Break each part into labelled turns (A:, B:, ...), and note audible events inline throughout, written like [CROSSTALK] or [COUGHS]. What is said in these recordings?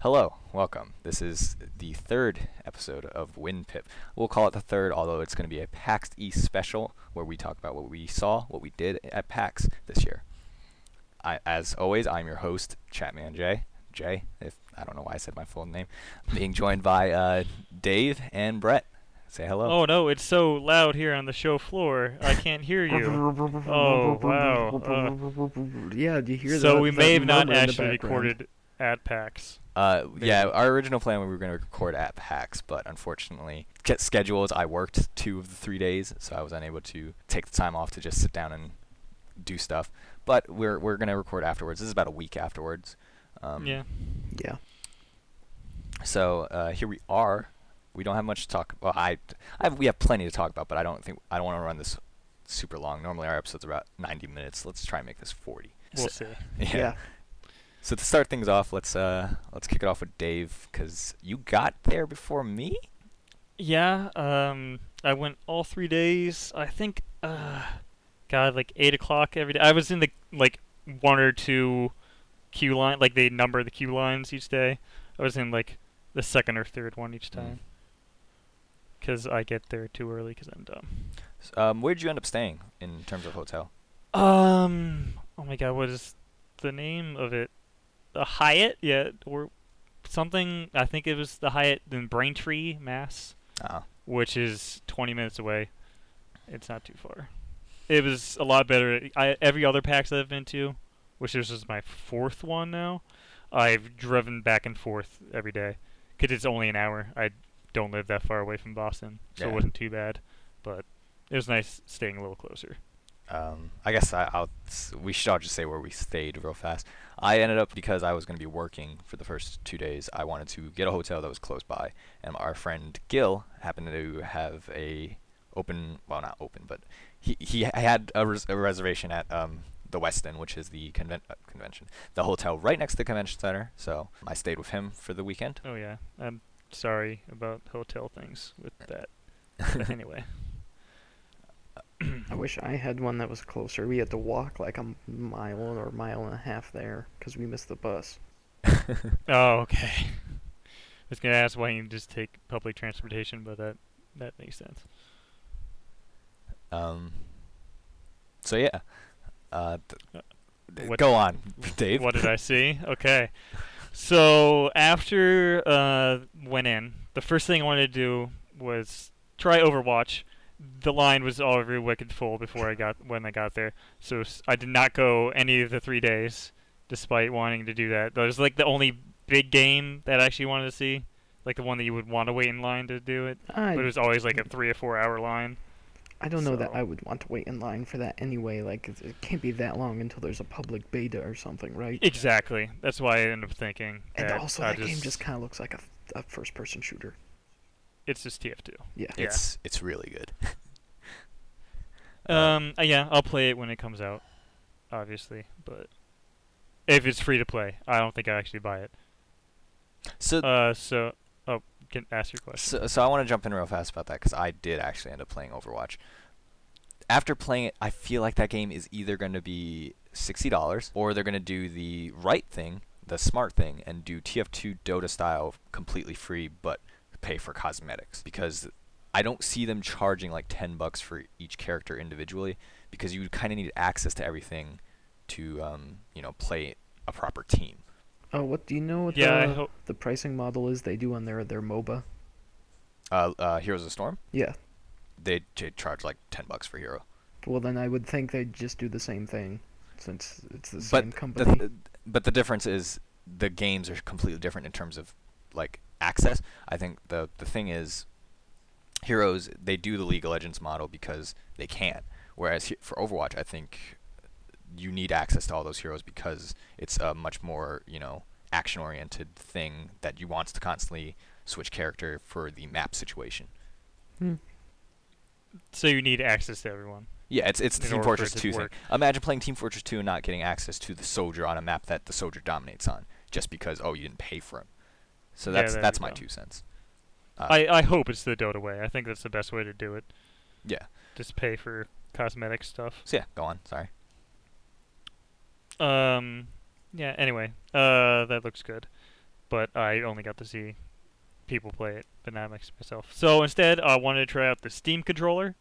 A: Hello, welcome. This is the third episode of Wind Pip. We'll call it the third, although it's going to be a PAX East special where we talk about what we saw, what we did at PAX this year. I, as always, I'm your host, Chatman Jay. Jay, if I don't know why I said my full name, being joined by uh, Dave and Brett. Say hello.
B: Oh no, it's so loud here on the show floor. I can't hear you. Oh, wow. Uh,
C: yeah, do you [LAUGHS] hear that?
B: so we
C: that
B: may have not
C: murmur in the
B: actually
C: background?
B: recorded at PAX.
A: Uh, yeah, our original plan we were going to record at PAX, but unfortunately, get schedules. I worked two of the three days, so I was unable to take the time off to just sit down and do stuff. But we're we're going to record afterwards. This is about a week afterwards. Um,
B: yeah. [LAUGHS]
C: Yeah.
A: So uh, here we are. We don't have much to talk. Well, I, I have, we have plenty to talk about, but I don't think I don't want to run this super long. Normally our episodes are about 90 minutes. Let's try and make this 40. [LAUGHS]
B: We'll
A: So-
B: see.
C: yeah,
A: So to start things off, let's uh let's kick it off with Dave because you got there before me.
B: Yeah, um I went all three days. I think uh God, like eight o'clock every day. I was in the like one or two queue line like they number the queue lines each day. I was in like the second or third one each
A: Mm.
B: time. Cause I get there too early because I'm dumb.
A: S- Um, where'd you end up staying in terms of hotel?
B: Um. Oh my God, what is the name of it? The Hyatt, yeah, or something. I think it was the Hyatt in Braintree, Mass,
A: Uh,
B: which is 20 minutes away. It's not too far. It was a lot better. I every other PAX I've been to, which this is my fourth one now, I've driven back and forth every day. 'Cause it's only an hour. I don't live that far away from Boston, so
A: Yeah.
B: it wasn't too bad. But it was nice staying a little closer.
A: um, I guess I, I'll s- we should all just say where we stayed real fast. I ended up because I was going to be working for the first two days. I wanted to get a hotel that was close by, and our friend Gil happened to have a open, well not open, but he he had a, res- a reservation at um the Westin, which is the conven- uh, convention, the hotel right next to the convention center. So I stayed with him for the weekend.
B: Oh yeah, I'm sorry about hotel things with that. But anyway,
C: I wish I had one that was closer. We had to walk like a mile or mile and a half there because we missed the bus.
B: oh okay. [LAUGHS] I was gonna ask why you just take public transportation, but that that makes sense.
A: Um. So yeah. Uh, th-
B: Uh,
A: th-
B: what-
A: go on, [LAUGHS] Dave.
B: What did I see? Okay. So after uh went in, the first thing I wanted to do was try Overwatch. The line was already wicked full before I got when I got there, so s- I did not go any of the three days, despite wanting to do that. That was like the only big game that I actually wanted to see, like the one that you would want to wait in line to do it.
C: I,
B: But it was always like a three or four hour line.
C: I don't know that
B: so-
C: I would want to wait in line for that anyway. Like, it, it can't be that long until there's a public beta or something, right?
B: Exactly. That's why I ended up thinking.
C: and
B: that
C: also,
B: I
C: that game just kind of looks like a, a first person shooter.
B: it's just TF2.
C: Yeah.
B: Yeah.
A: It's it's really good.
B: Um, uh, yeah, I'll play it when it comes out, obviously. But if it's free to play, I don't think I actually buy it.
A: So
B: Uh, so oh, can ask your question.
A: so, so I want to jump in real fast about that because I did actually end up playing Overwatch. After playing it, I feel like that game is either going to be sixty dollars or they're going to do the right thing, the smart thing, and do TF2 Dota style completely free, but pay for cosmetics because I don't see them charging like ten bucks for each character individually because you kind of need access to everything to um, you know play a proper team.
C: Oh, what do you know what
B: Yeah, I
C: the,
B: hope-
C: the pricing model is they do on their, their MOBA?
A: Uh, uh, Heroes of Storm,
C: Yeah.
A: they, they charge like ten bucks for hero.
C: Well, then I would think they'd just do the same thing, since it's the
A: but
C: same
A: the-
C: company.
A: The, but the difference is the games are completely different in terms of like access. I think the the thing is Heroes they do the League of Legends model because they can. Whereas he- for Overwatch, I think you need access to all those heroes because it's a much more, you know, action-oriented thing that you want to constantly switch character for the map situation.
B: so you need access to everyone.
A: Yeah, it's it's the
B: in
A: Team
B: order for
A: Fortress
B: it to
A: 2 thing.
B: work.
A: Imagine playing Team Fortress 2 and not getting access to the soldier on a map that the soldier dominates on just because oh you didn't pay for him. So
B: Yeah,
A: that's
B: there
A: that's
B: you
A: my
B: go.
A: two cents. Uh,
B: I I hope it's the Dota way. I think that's the best way to do it.
A: yeah.
B: Just pay for cosmetic stuff.
A: So yeah, go on. Sorry.
B: Um, yeah. Anyway, uh, that looks good. but I only got to see people play it, but not mix- myself. So instead, I wanted to try out the Steam controller,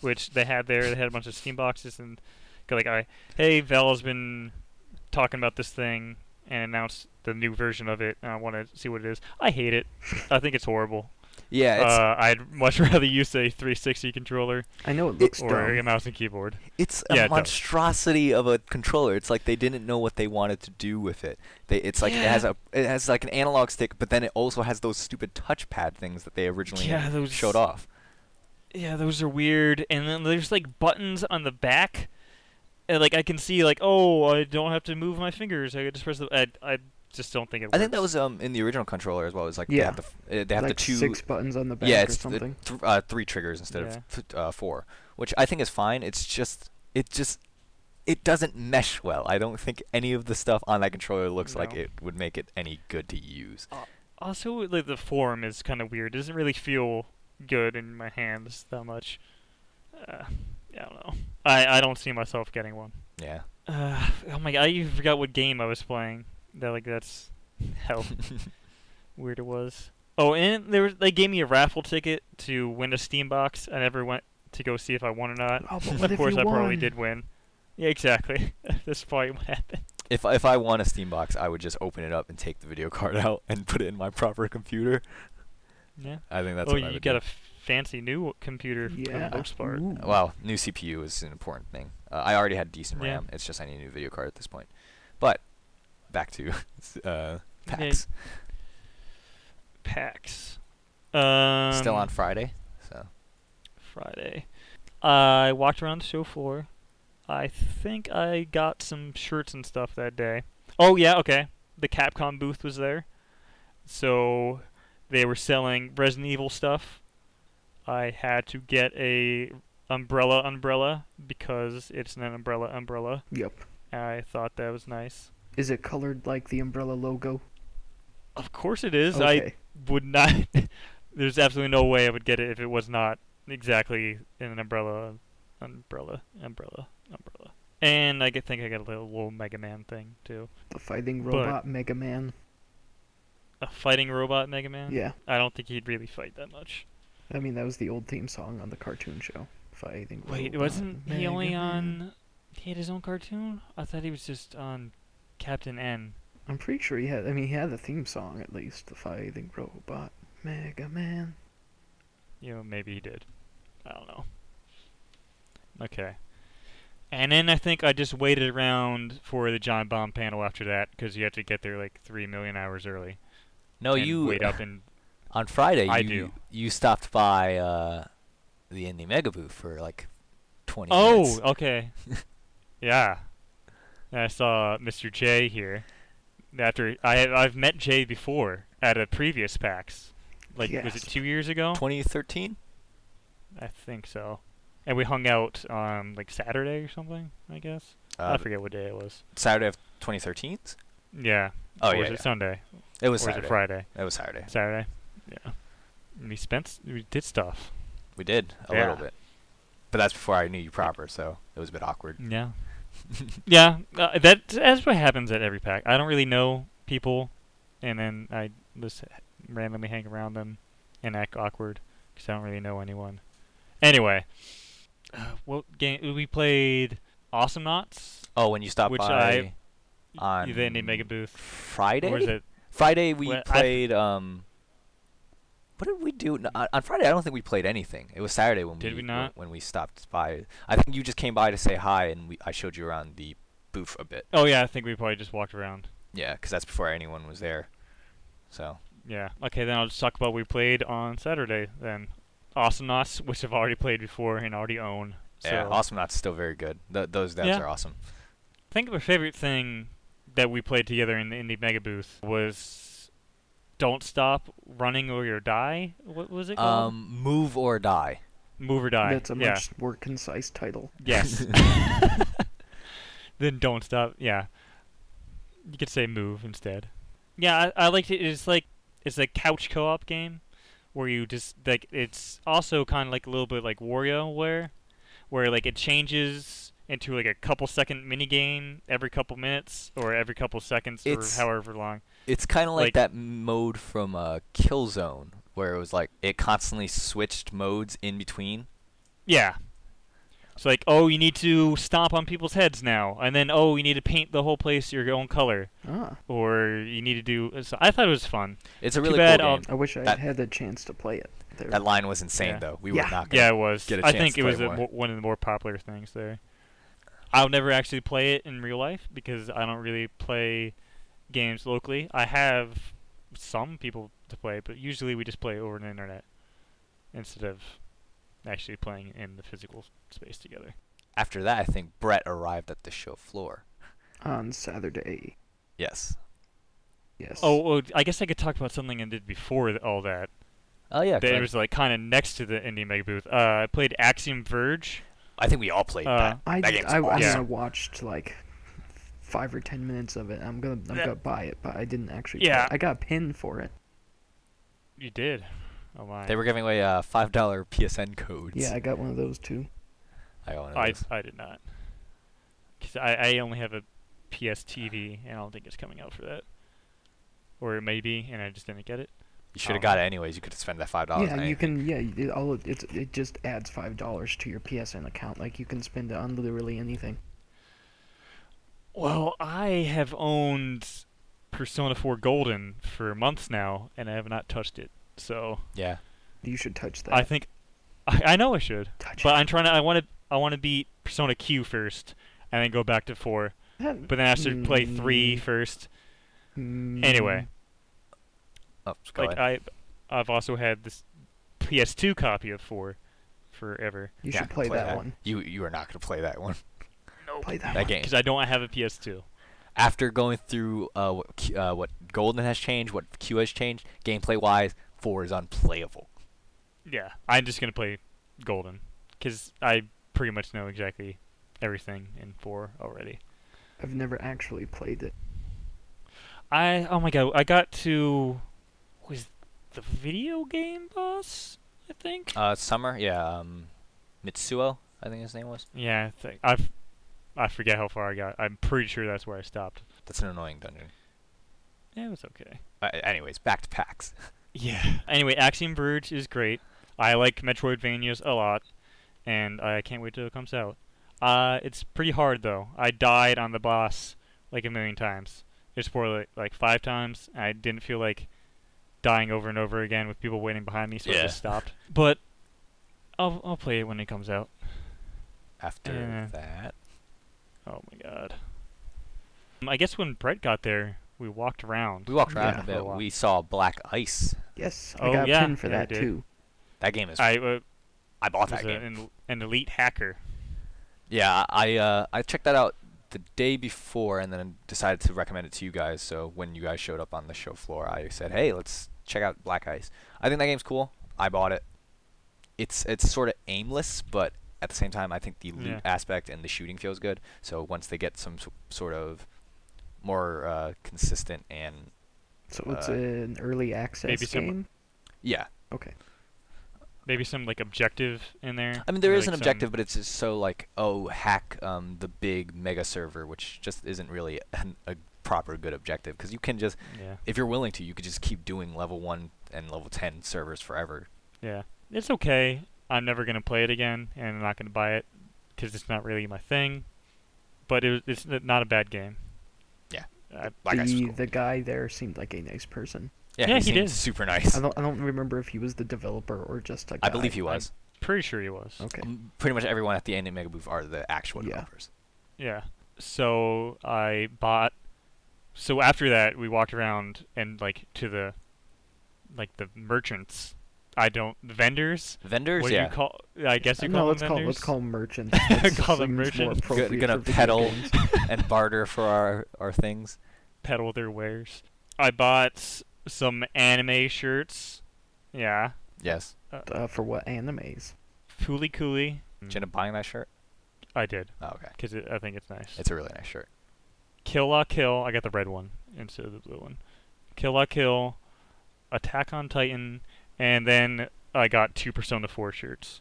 B: which they had there. They had a bunch of Steam boxes and go like, I, hey, Valve's been talking about this thing and announced the new version of it. And I want to see what it is. I hate it. I think it's horrible.
A: Yeah, it's
B: uh, I'd much [LAUGHS] rather use a 360 controller
C: I know it looks
B: or a
C: dumb.
B: mouse and keyboard.
A: it's a
B: yeah, it does.
A: monstrosity of a controller. It's like they didn't know what they wanted to do with it. They, it's like it has a it has like an analog stick, but then it also has those stupid touchpad things that they originally
B: Yeah, those-
A: showed off.
B: Yeah, those are weird. And then there's like buttons on the back. And, like I can see like, oh, I don't have to move my fingers. I can just press the. I, I just don't think it. Works.
A: I think that was um in the original controller as well. It was like they
C: Yeah.
A: have the f- uh, they have
C: like
A: the two
C: six buttons on the back
A: yeah,
C: or
A: it's th-
C: something.
A: th- uh, three triggers instead
B: Yeah.
A: of f- uh, four, which I think is fine. It's just it just it doesn't mesh well. I don't think any of the stuff on that controller looks like
B: No.
A: it would make it any good to use.
B: Also, like the form is kind of weird. It doesn't really feel good in my hands that much. Uh, I don't know. I I don't see myself getting one.
A: Yeah.
B: Uh, oh my god, I even forgot what game I was playing. That like that's [LAUGHS]
A: [LAUGHS]
B: how weird it was. Oh, and there was, they gave me a raffle ticket to win a Steam box. I never went to go see if I won or not.
C: Oh, but
B: of course,
C: you
B: I probably
C: won?
B: did win. Yeah, exactly. [LAUGHS] That's probably what happened.
A: If if I want a Steam box, I would just open it up and take the video [LAUGHS] card out and put it in my proper computer.
B: Yeah.
A: I think that's
B: oh,
A: what I
B: you
A: would
B: got
A: do.
B: a fancy new computer for
C: Yeah.
B: the most part.
C: Ooh.
A: Well, new CPU is an important thing. Uh, I already had decent
B: Yeah.
A: RAM. It's just I need a new video card at this point. But back to [LAUGHS] uh,
B: Yeah.
A: PAX.
B: PAX. Um,
A: Still on Friday, so
B: Friday. I walked around the show floor. I think I got some shirts and stuff that day. Oh yeah, okay. The Capcom booth was there. So they were selling Resident Evil stuff. I had to get a umbrella umbrella because it's an umbrella umbrella.
C: Yep.
B: I thought that was nice.
C: Is it colored like the umbrella logo?
B: Of course it is. I
C: Okay.
B: would not. [LAUGHS] there's absolutely no way I would get it if it was not exactly in an umbrella, umbrella, umbrella, umbrella. And I get- think I got a little, little Mega Man thing too.
C: the fighting
B: but-
C: robot Mega Man.
B: A fighting robot Mega Man.
C: Yeah.
B: I don't think he'd really fight that much.
C: I mean, that was the old theme song on the cartoon show. Fighting
B: Wait,
C: robot
B: wasn't he
C: Mega
B: only
C: Man.
B: on? He had his own cartoon. I thought he was just on Captain N.
C: I'm pretty sure he had. I mean, he had the theme song at least. The fighting robot Mega Man.
B: You know, maybe he did. I don't know. Okay. And then I think I just waited around for the John Bomb panel after that because you have to get there like three million hours early.
A: no,
B: and
A: you
B: wait
A: [LAUGHS]
B: up and
A: on Friday.
B: I
A: you,
B: do.
A: You stopped by uh, the Indie Mega Booth for like twenty.
B: oh,
A: minutes.
B: okay, [LAUGHS] yeah. And I saw Mr. J here. After I I've met Jay before at a previous PAX, like was it
C: Gasp.
B: two years ago?
A: 2013.
B: I think so. And we hung out on like Saturday or something. I guess I
A: Uh,
B: forget what day it was.
A: Saturday of 2013.
B: Yeah.
A: Oh
B: or
A: yeah,
B: was
A: yeah.
B: it Sunday?
A: it was
B: or was
A: Saturday.
B: it Friday?
A: It was Saturday.
B: Saturday. Yeah. And we spent. s- We did stuff.
A: We did a
B: Yeah.
A: little bit, but that's before I knew you proper, so it was a bit awkward.
B: Yeah. [LAUGHS] yeah. Uh, that that's what happens at every pack. I don't really know people, and then I just h- randomly hang around them and act awkward because I don't really know anyone. [SIGHS] Anyway. Uh, what game we played? Awesome Knots.
A: Oh, when you stopped
B: Which
A: by
B: I- You then need
A: On
B: Mega Booth.
A: Friday.
B: Or is it?
A: Friday we
B: Well, I-
A: played. um, what did we do? No, on- on Friday, I don't think we played anything. It was Saturday when
B: Did
A: we,
B: we not?
A: when we stopped by. I think you just came by to say hi, and we I showed you around the booth a bit.
B: Oh yeah, I think we probably just walked around.
A: Yeah, because that's before anyone was there. So
B: Yeah. Okay, then I'll just talk about what we played on Saturday then. Awesome Knots, which I've already played before and already own. So
A: yeah, awesome. That's still very good. Th- those devs
B: Yeah.
A: are awesome.
B: I think my favorite thing that we played together in the Indie Mega Booth was Don't Stop Running or You'll Die. What was it called?
A: Um, move or die.
B: Move or Die.
C: That's a
B: yeah.
C: much more concise title.
B: Yes. [LAUGHS] then don't stop. Yeah. You could say move instead. Yeah, I, I liked it. It's like it's a couch co-op game where you just like it's also kind of like a little bit like WarioWare, where like it changes into like a couple second mini game every couple minutes or every couple seconds
A: It's-
B: or however long.
A: It's kind of like,
B: Like-
A: that mode from uh, Killzone where it was like it constantly switched modes in between.
B: Yeah. It's like, oh, you need to stomp on people's heads now, and then oh, you need to paint the whole place your own color,
C: Ah,
B: or you need to do. So I thought it was fun.
A: It's a
B: Too
A: really
B: bad,
A: cool
B: um,
A: game.
C: I wish I
A: That-
C: had had the chance to play it. There.
A: That line was insane
B: Yeah.
A: though. We
C: Yeah.
A: were not
B: Yeah,
A: gonna.
B: it was.
A: get a
B: I
A: chance
B: think
A: to
B: it
A: play
B: was a,
A: more.
B: mo- one of the more popular things there. I'll never actually play it in real life because I don't really play games locally. I have some people to play, but usually we just play over the internet instead of actually playing in the physical space together.
A: After that, I think Brett arrived at the show floor.
C: on Saturday.
A: Yes.
C: Yes.
B: Oh, well, I guess I could talk about something I did before th- all that.
A: Oh yeah.
B: That
A: Glenn.
B: was like kind of next to the indie mega booth. Uh, I played Axiom Verge.
A: I think we all played
B: Uh,
A: that.
C: I,
A: that
C: did-
A: game's
C: I, I, mean,
B: Yeah.
C: I watched like five or ten minutes of it. I'm gonna I'm
B: That-
C: gonna buy it, but I didn't actually. play it.
B: Yeah.
C: I got a pin for it.
B: You did. Oh my.
A: They were giving away uh, five dollar PSN codes.
C: Yeah, I got one of those too.
A: I got one of
B: I,
A: those.
B: I did not. 'Cause I, I only have a PS TV, and I don't think it's coming out for that. Or it may be, and I just didn't get it.
A: You should have
B: Oh.
A: got it anyways. You could have spent that five dollars.
C: yeah, you can. Yeah, you- it, all of- it's it just adds five dollars to your PSN account. Like you can spend it on literally anything.
B: Well, I have owned Persona 4 Golden for months now, and I have not touched it. So
A: Yeah.
C: You should touch that.
B: I think I, I know I [LAUGHS] should,
C: touch
B: but
C: [LAUGHS] it.
B: I'm trying to. I want to. I want to beat Persona Q first, and then go back to four.
C: That-
B: But then I should play three
C: Mm.
B: first.
C: mm,
B: Anyway,
A: Oh, go
B: like
A: ahead.
B: I, I've also had this PS2 copy of four, forever.
C: you
A: Yeah,
C: should play, that, one.
A: You you are not gonna play that [LAUGHS] one.
C: Play that,
A: That
C: one.
A: game.
B: Because I don't have a PS2.
A: After going through uh, what Q, uh, what Golden has changed, what Q has changed, gameplay wise, four is unplayable.
B: Yeah, I'm just gonna play Golden because I pretty much know exactly everything in four already.
C: I've never actually played it.
B: I oh my god, I got to was the video game boss I think.
A: Uh, Summer, yeah, um, Mitsuo, I think his name was.
B: yeah, I think I've I forget how far I got. I'm pretty sure that's where I stopped.
A: That's an annoying dungeon.
B: Yeah, it was okay.
A: Uh, anyways, back to PAX.
B: Yeah. Anyway, Axiom Verge is great. I like Metroidvanias a lot, and I can't wait till it comes out. Uh, it's pretty hard though. I died on the boss like a million times. It's for like, like five times. and I didn't feel like dying over and over again with people waiting behind me, so
A: Yeah.
B: I just stopped. But I'll I'll play it when it comes out.
A: After
B: Yeah.
A: that,
B: Oh my god. Um, I guess when Brett got there, we walked around.
A: we walked around
C: Yeah,
A: a
B: for a
A: bit.
B: while.
A: We saw Black Ice.
C: Yes,
B: Oh,
C: I got
B: yeah,
C: a pin for
B: yeah, I
C: that
B: did.
C: too.
A: That game is. I,
B: I uh,
A: bought
B: was
A: that
B: a,
A: game.
B: an, an elite hacker.
A: Yeah, I uh, I checked that out the day before, and then decided to recommend it to you guys. So when you guys showed up on the show floor, I said, "Hey, let's check out Black Ice." I think that game's cool. I bought it. It's it's sort of aimless, but at the same time, I think the loot
B: Yeah.
A: aspect and the shooting feels good. So once they get some s- sort of more uh, consistent and
C: So it's
A: Uh,
C: an early access
B: maybe some-
C: game.
A: yeah,
C: Okay.
B: maybe some like objective in there.
A: I mean, there
B: or,
A: is
B: like,
A: an
B: some-
A: objective, but it's just so like, oh, hack um, the big mega server, which just isn't really an, a proper good objective because you can just,
B: Yeah,
A: if you're willing to, you could just keep doing level one and level ten servers forever.
B: yeah. It's okay. I'm never gonna play it again, and I'm not gonna buy it because it's not really my thing. But it, was- it's n- not a bad game.
A: Yeah.
B: I,
A: Black Ice was
C: the
A: cool.
C: the guy there seemed like a nice person.
A: Yeah,
B: Yeah,
A: he,
B: he
A: seemed
B: did.
A: super nice.
C: I don't I don't remember if he was the developer or just a guy.
A: I believe he was.
B: pretty sure he was.
C: Okay.
A: Um, pretty much everyone at the end of Mega Booth are the actual
C: Yeah.
A: developers.
B: Yeah. So I bought. So after that, we walked around and like to the, like the merchants. I don't the vendors.
A: Vendors,
B: what do
A: yeah,
B: you call? I guess you
C: no,
B: call
C: let's
B: them
C: call
B: vendors.
C: let's
B: [LAUGHS]
C: call merchants.
B: Call them
C: seems more
B: merchants.
A: Go-
C: appropriate
A: gonna
C: for video
A: peddle [LAUGHS]
C: games.
B: [LAUGHS]
A: and barter for our our things.
B: peddle their wares. I bought s- some anime shirts. Yeah.
A: Yes,
C: uh, for what animes?
B: Fooly Cooly.
C: Mm.
A: Jenna buying that shirt.
B: I did,
A: Oh, okay,
B: because I think it's nice.
A: it's a really nice shirt.
B: Kill La Kill. I got the red one instead of the blue one. Kill La Kill, Attack on Titan, and then I got two Persona 4 shirts,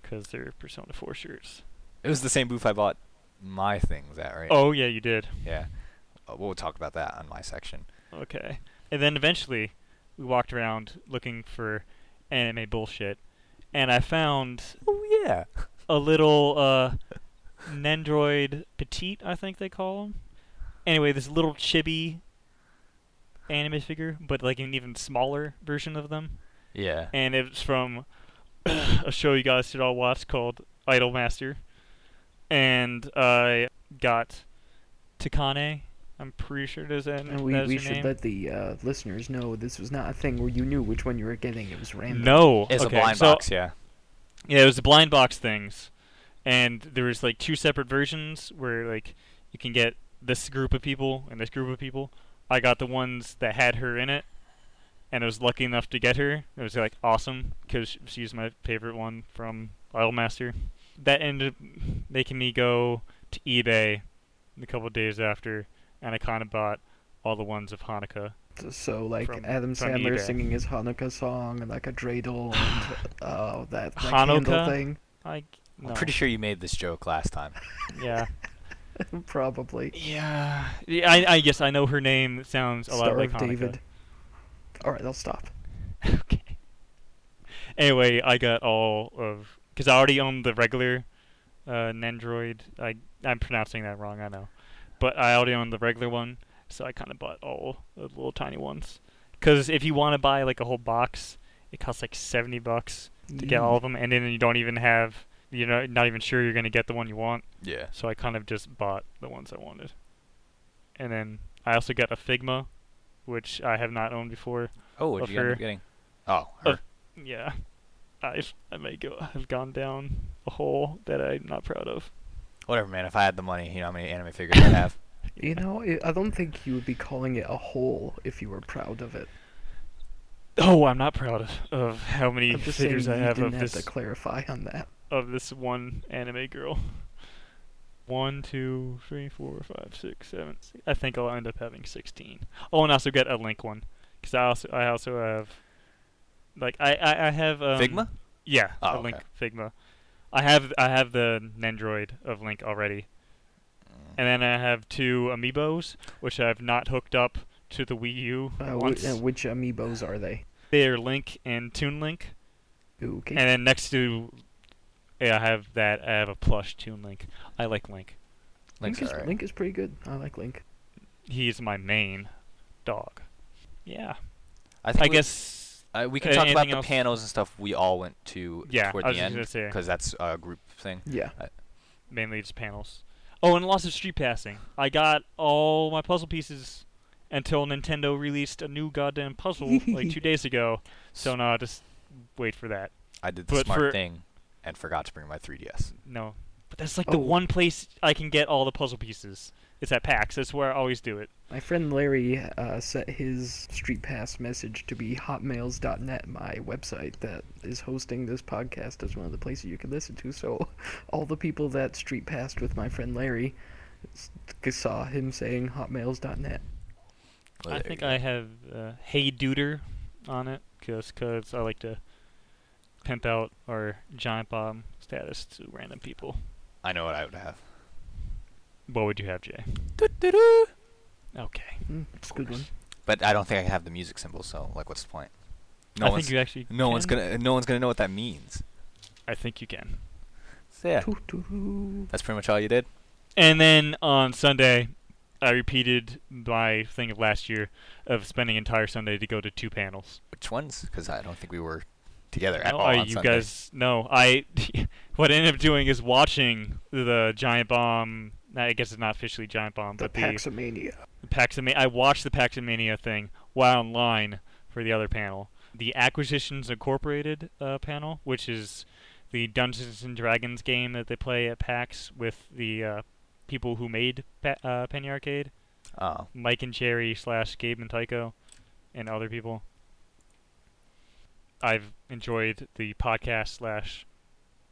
B: because they're Persona 4 shirts.
A: It was the same booth I bought my things at, right?
B: Oh, yeah, you did.
A: Yeah, Uh, we'll talk about that on my section.
B: okay. And then eventually, we walked around looking for anime bullshit, and I found
A: Oh yeah.
B: a little uh, Nendroid Petite, I think they call him. Anyway, this little chibi anime figure, but like an even smaller version of them.
A: Yeah.
B: And it's from [COUGHS] a show you guys should all watch called Idolmaster. And I got Takane. I'm pretty sure it is. that-
C: And we,
B: that is
C: we
B: her
C: should
B: name.
C: let the uh, listeners know this was not a thing where you knew which one you were getting. It was random.
B: No.
A: It's
B: okay,
A: a blind
B: so,
A: box, yeah.
B: Yeah, it was the blind box things, and there was like two separate versions where like you can get this group of people and this group of people. I got the ones that had her in it, and I was lucky enough to get her. It was like awesome because she's my favorite one from Idolmaster. That ended up making me go to eBay a couple of days after, and I kind of bought all the ones of Hanukkah.
C: So like
B: From-
C: Adam
B: from
C: Sandler
B: eBay.
C: singing his Hanukkah song and like a dreidel
B: [GASPS]
C: and uh, that, that
B: Hanukkah?
C: candle thing, [LAUGHS]
B: I no.
A: I'm pretty sure you made this joke last time. [LAUGHS]
B: yeah.
C: probably.
B: Yeah, yeah. I, I guess I know her name. It sounds a
C: Star
B: lot like
C: of
B: Hanukkah.
C: David. All right, I'll stop.
B: [LAUGHS] okay. Anyway, I got all of because I already owned the regular uh, Nendroid. I I'm pronouncing that wrong. I know, but I already owned the regular one, so I kind of bought all the little tiny ones. Because if you want to buy like a whole box, it costs like seventy bucks to get all of them, and then you don't even have you're not, not even sure you're gonna get the one you want.
A: Yeah.
B: So I kind of just bought the ones I wanted. And then I also got a Figma, which I have not owned before.
A: Oh, what'd
B: Of
A: you end
B: her.
A: up getting? Oh, her.
B: Of- Yeah. I've I may go have gone down a hole that I'm not proud of.
A: whatever, man. If I had the money, you know how many anime figures I'd have.
C: You know, I- I don't think you would be calling it a hole if you were proud of it.
B: Oh, I'm not proud of, of how many
C: I'm just saying
B: figures
C: you
B: I have
C: didn't
B: of
C: have
B: this
C: to clarify on that.
B: of this one anime girl. One, two, three, four, five, six, seven. s- I think I'll end up having sixteen. Oh, and I also get a Link one, because I also I also have, like I I, I have [COUGHS] um,
A: Figma?
B: Yeah,
A: Oh,
B: a
A: okay.
B: Link Figma. I have I have the Nendroid of Link already,
A: Mm.
B: and then I have two Amiibos, which I've not hooked up to the Wii U.
C: Uh, whi-
B: once.
C: uh, which amiibos are they?
B: they are Link and Toon Link.
C: Okay.
B: And then next to, yeah, I have that. I have a plush Toon Link. I like Link.
A: Link's
C: Link, is,
A: alright.
C: Link is pretty good. I like Link.
B: He's my main dog. Yeah,
A: I, think
B: I
A: we-
B: guess.
A: uh, we can
B: a-
A: talk about
B: anything
A: the
B: else?
A: panels and stuff we all went to
B: Yeah,
A: toward
B: I was
A: the
B: just
A: end
B: gonna say
A: that's a group thing.
C: Yeah.
B: mainly just panels. Oh, and lots of street passing. I got all my puzzle pieces until Nintendo released a new goddamn puzzle like two days ago. So now I just wait for that.
A: I did the
B: But
A: smart
B: for-
A: thing and forgot to bring my 3DS.
B: No, but that's like
C: Oh.
B: the one place I can get all the puzzle pieces. It's at PAX. That's where I always do it.
C: My friend Larry uh, set his Street Pass message to be hotmails.net, my website that is hosting this podcast as one of the places you can listen to. So, [LAUGHS] all the people that Street Passed with my friend Larry s- saw him saying hotmails.net.
A: Well, Oh, there
B: I
A: you
B: think
A: go.
B: I have uh, Hey Duder on it just 'cause I like to pimp out our giant bomb status to random people.
A: I know what I would have.
B: What would you have, Jay? Okay.
C: Mm, it's a good one.
A: But I don't think I can have the music symbol, so like what's the point?
B: I
A: No
B: think
A: one's
B: you actually.
A: no one's
B: can.
A: gonna no one's gonna know what that means.
B: I think you can.
A: So yeah.
C: Toot toot.
A: That's pretty much all you did?
B: And then on Sunday, I repeated my thing of last year of spending entire Sunday to go to two panels.
A: Which ones? Because I don't think we were together at
B: No,
A: all.
B: I-
A: on
B: you
A: Sunday.
B: guys, no, I. [LAUGHS] what I ended up doing is watching the Giant Bomb. I guess it's not officially Giant Bomb,
C: The
B: but
C: Paxomania.
B: the Paxima- I watched the Paximania thing while online for the other panel. The Acquisitions Incorporated uh, panel, which is the Dungeons and Dragons game that they play at PAX with the uh, people who made pa- uh, Penny Arcade,
A: Oh.
B: Mike and Jerry slash Gabe and Tycho, and other people. I've enjoyed the podcast slash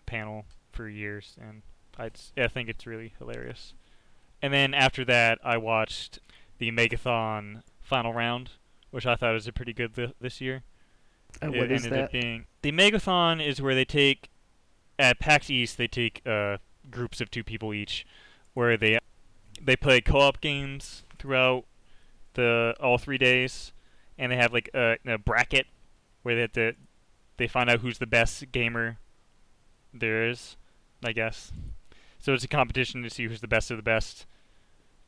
B: panel for years, and I, I think it's really hilarious. And then after that, I watched the Megathon final round, which I thought was a pretty good th- this year.
C: Uh,
B: It
C: what is
B: ended
C: that?
B: up being the Megathon is where they take at PAX East they take uh, groups of two people each, where they they play co-op games throughout the all three days, and they have like a, a bracket where they have to, they find out who's the best gamer there is, I guess. So it's a competition to see who's the best of the best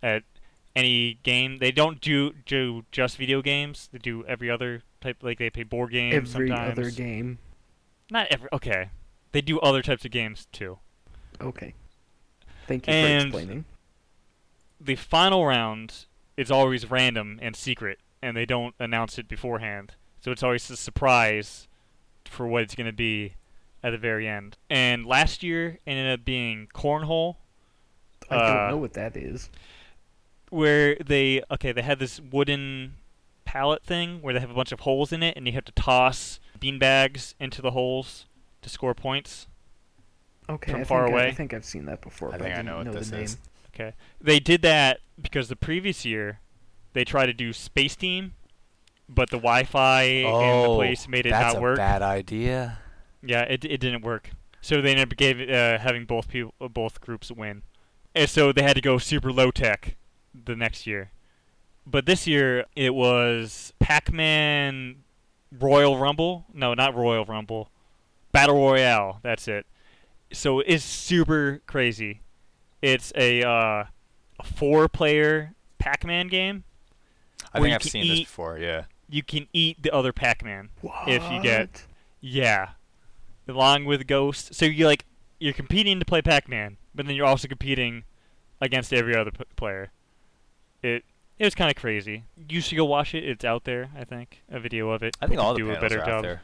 B: at any game. They don't do do just video games. They do every other type. Like they play board games
C: Every
B: sometimes.
C: other game.
B: Not every. Okay, they do other types of games too.
C: Okay. Thank you
B: And-
C: for explaining.
B: the final round is always random and secret, and they don't announce it beforehand. So it's always a surprise for what it's going to be at the very end. And last year it ended up being cornhole,
C: I
B: uh,
C: don't know what that is.
B: where they okay they had this wooden pallet thing where they have a bunch of holes in it, and you have to toss beanbags into the holes to score points.
C: Okay.
B: from
C: I
B: far
C: think I, I
B: away.
C: think I've seen that before.
A: I
C: but
A: think I
C: didn't
A: know what
C: the
A: this
C: name.
A: is.
B: Okay. They did that because the previous year they tried to do Space Team, but the Wi-Fi in the place made it
A: Oh, that's
B: not
A: a
B: work.
A: bad idea.
B: Yeah, it it didn't work. So they ended up gave, uh, having both people uh, both groups win, and so they had to go super low tech the next year. But this year it was Pac-Man Royal Rumble. No, not Royal Rumble. Battle Royale. That's it. So it's super crazy. It's a, uh, a four-player Pac-Man game.
A: I
B: Where
A: think
B: you
A: I've
B: can
A: seen this
B: eat-
A: before. Yeah.
B: You can eat the other Pac-Man.
C: What?
B: If you get- Yeah. Along with Ghost. So you like you're competing to play Pac-Man, but then you're also competing against every other p- player. It it was kind of crazy. You should go watch it. It's out there, I think. A video of it.
A: I think
B: We'll
A: all the
B: do a
A: panels
B: better
A: are out
B: job
A: there.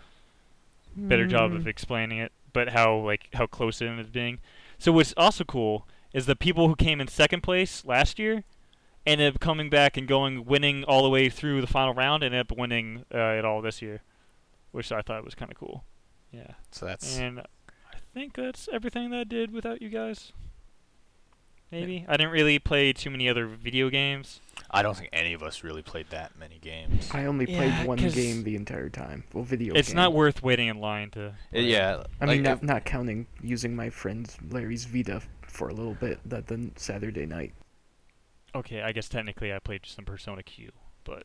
B: better job of
C: Mm.
B: explaining it, but how like how close it ended up being. So what's also cool is the people who came in second place last year ended up coming back and going winning all the way through the final round and ended up winning uh, it all this year, which I thought was kind of cool. Yeah.
A: So that's
B: And I think that's everything that I did without you guys. Maybe. I didn't really play too many other video games.
A: I don't think any of us really played that many games. Uh,
C: I only
B: Yeah,
C: played one
B: 'cause-
C: game the entire time. Well, video.
B: It's not
C: game.
B: worth waiting in line to.
A: Uh,
B: play.
A: yeah.
C: I mean,
A: like,
C: not, not counting using my friend Larry's Vita for a little bit that then Saturday night.
B: Okay, I guess technically I played some Persona Q, but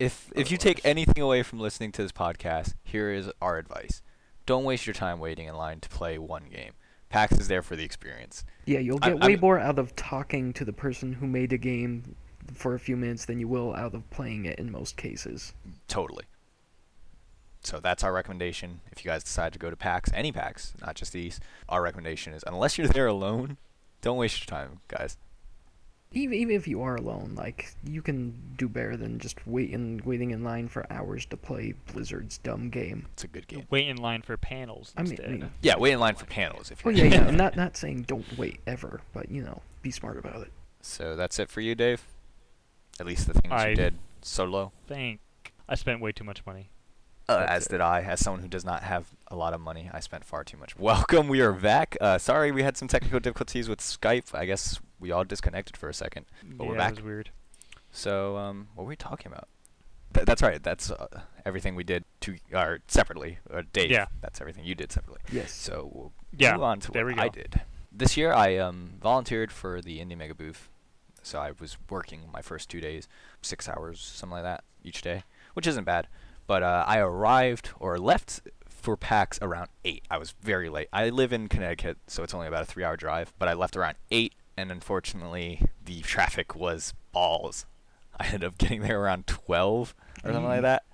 A: if if you
B: Otherwise.
A: take anything away from listening to this podcast, here is our advice: don't waste your time waiting in line to play one game. PAX is there for the experience.
C: Yeah, you'll
A: I-
C: get
A: I
C: way
A: mean-
C: more out of talking to the person who made a game for a few minutes than you will out of playing it in most cases.
A: Totally. So that's our recommendation. If you guys decide to go to PAX, any PAX, not just these, our recommendation is unless you're there alone, don't waste your time, guys.
C: Even even if you are alone, like you can do better than just wait and waiting in line for hours to play Blizzard's dumb game.
A: It's a good game.
B: wait in line for panels
C: I mean-
B: instead.
C: mean-
A: Yeah, wait in line for panels if
C: Oh
A: you're.
C: yeah, yeah.
A: [LAUGHS]
C: I'm not not saying don't wait ever, but you know, be smart about it.
A: So that's it for you, Dave. At least the things
B: I-
A: you did solo.
B: Think I spent way too much money.
A: Uh,
B: That's
A: as
B: it.
A: did I. As someone who does not have a lot of money, I spent far too much. [LAUGHS] Welcome, we are back. Uh, sorry, we had some technical difficulties with Skype. I guess we all disconnected for a second. But
B: yeah,
A: we're
B: that
A: back.
B: was weird.
A: So, um, what were we talking about? Th- that's right. That's uh, everything we did to or separately. Or Dave,
B: Yeah.
A: that's everything you did separately.
C: Yes.
A: So we'll
B: Yeah,
A: move on to
B: there
A: what
B: we
A: I
B: go.
A: did. This year, I um, volunteered for the Indie Mega Booth. So I was working my first two days, six hours, something like that, each day, which isn't bad. But uh, I arrived or left for PAX around 8. I was very late. I live in Connecticut, so it's only about a three hour drive, but I left around 8, and unfortunately, the traffic was balls. I ended up getting there around 12 or something like
C: Mm.
A: that.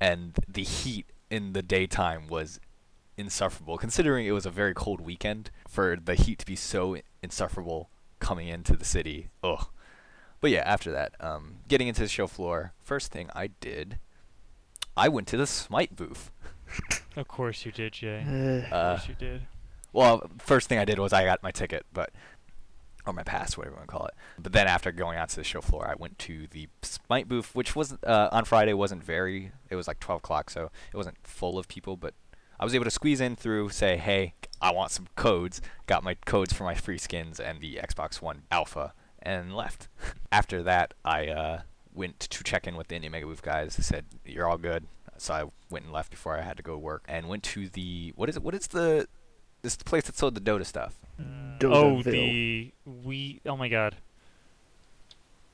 A: And the heat in the daytime was insufferable, considering it was a very cold weekend for the heat to be so insufferable coming into the city. Ugh. But yeah, after that, um, getting into the show floor, first thing I did, I went to the Smite booth.
B: Of course you did, Jay. of
C: Ugh.
A: Uh,
B: course you did.
A: well, first thing I did was I got my ticket, but or my pass, whatever you want to call it. But then after going out to the show floor, I went to the Smite booth, which was uh, on Friday wasn't very. It was like 12 o'clock, so it wasn't full of people, but I was able to squeeze in through. Say, hey, I want some codes. Got my codes for my free skins and the Xbox One Alpha, and left. [LAUGHS] after that, I uh, went to check in with the Indie Mega Booth guys. They said you're all good. So I went and left before I had to go work, and went to the what is it? What is the this is the place that sold the Dota stuff.
B: Mm.
C: Dotaville.
B: Oh, the we. Oh my God.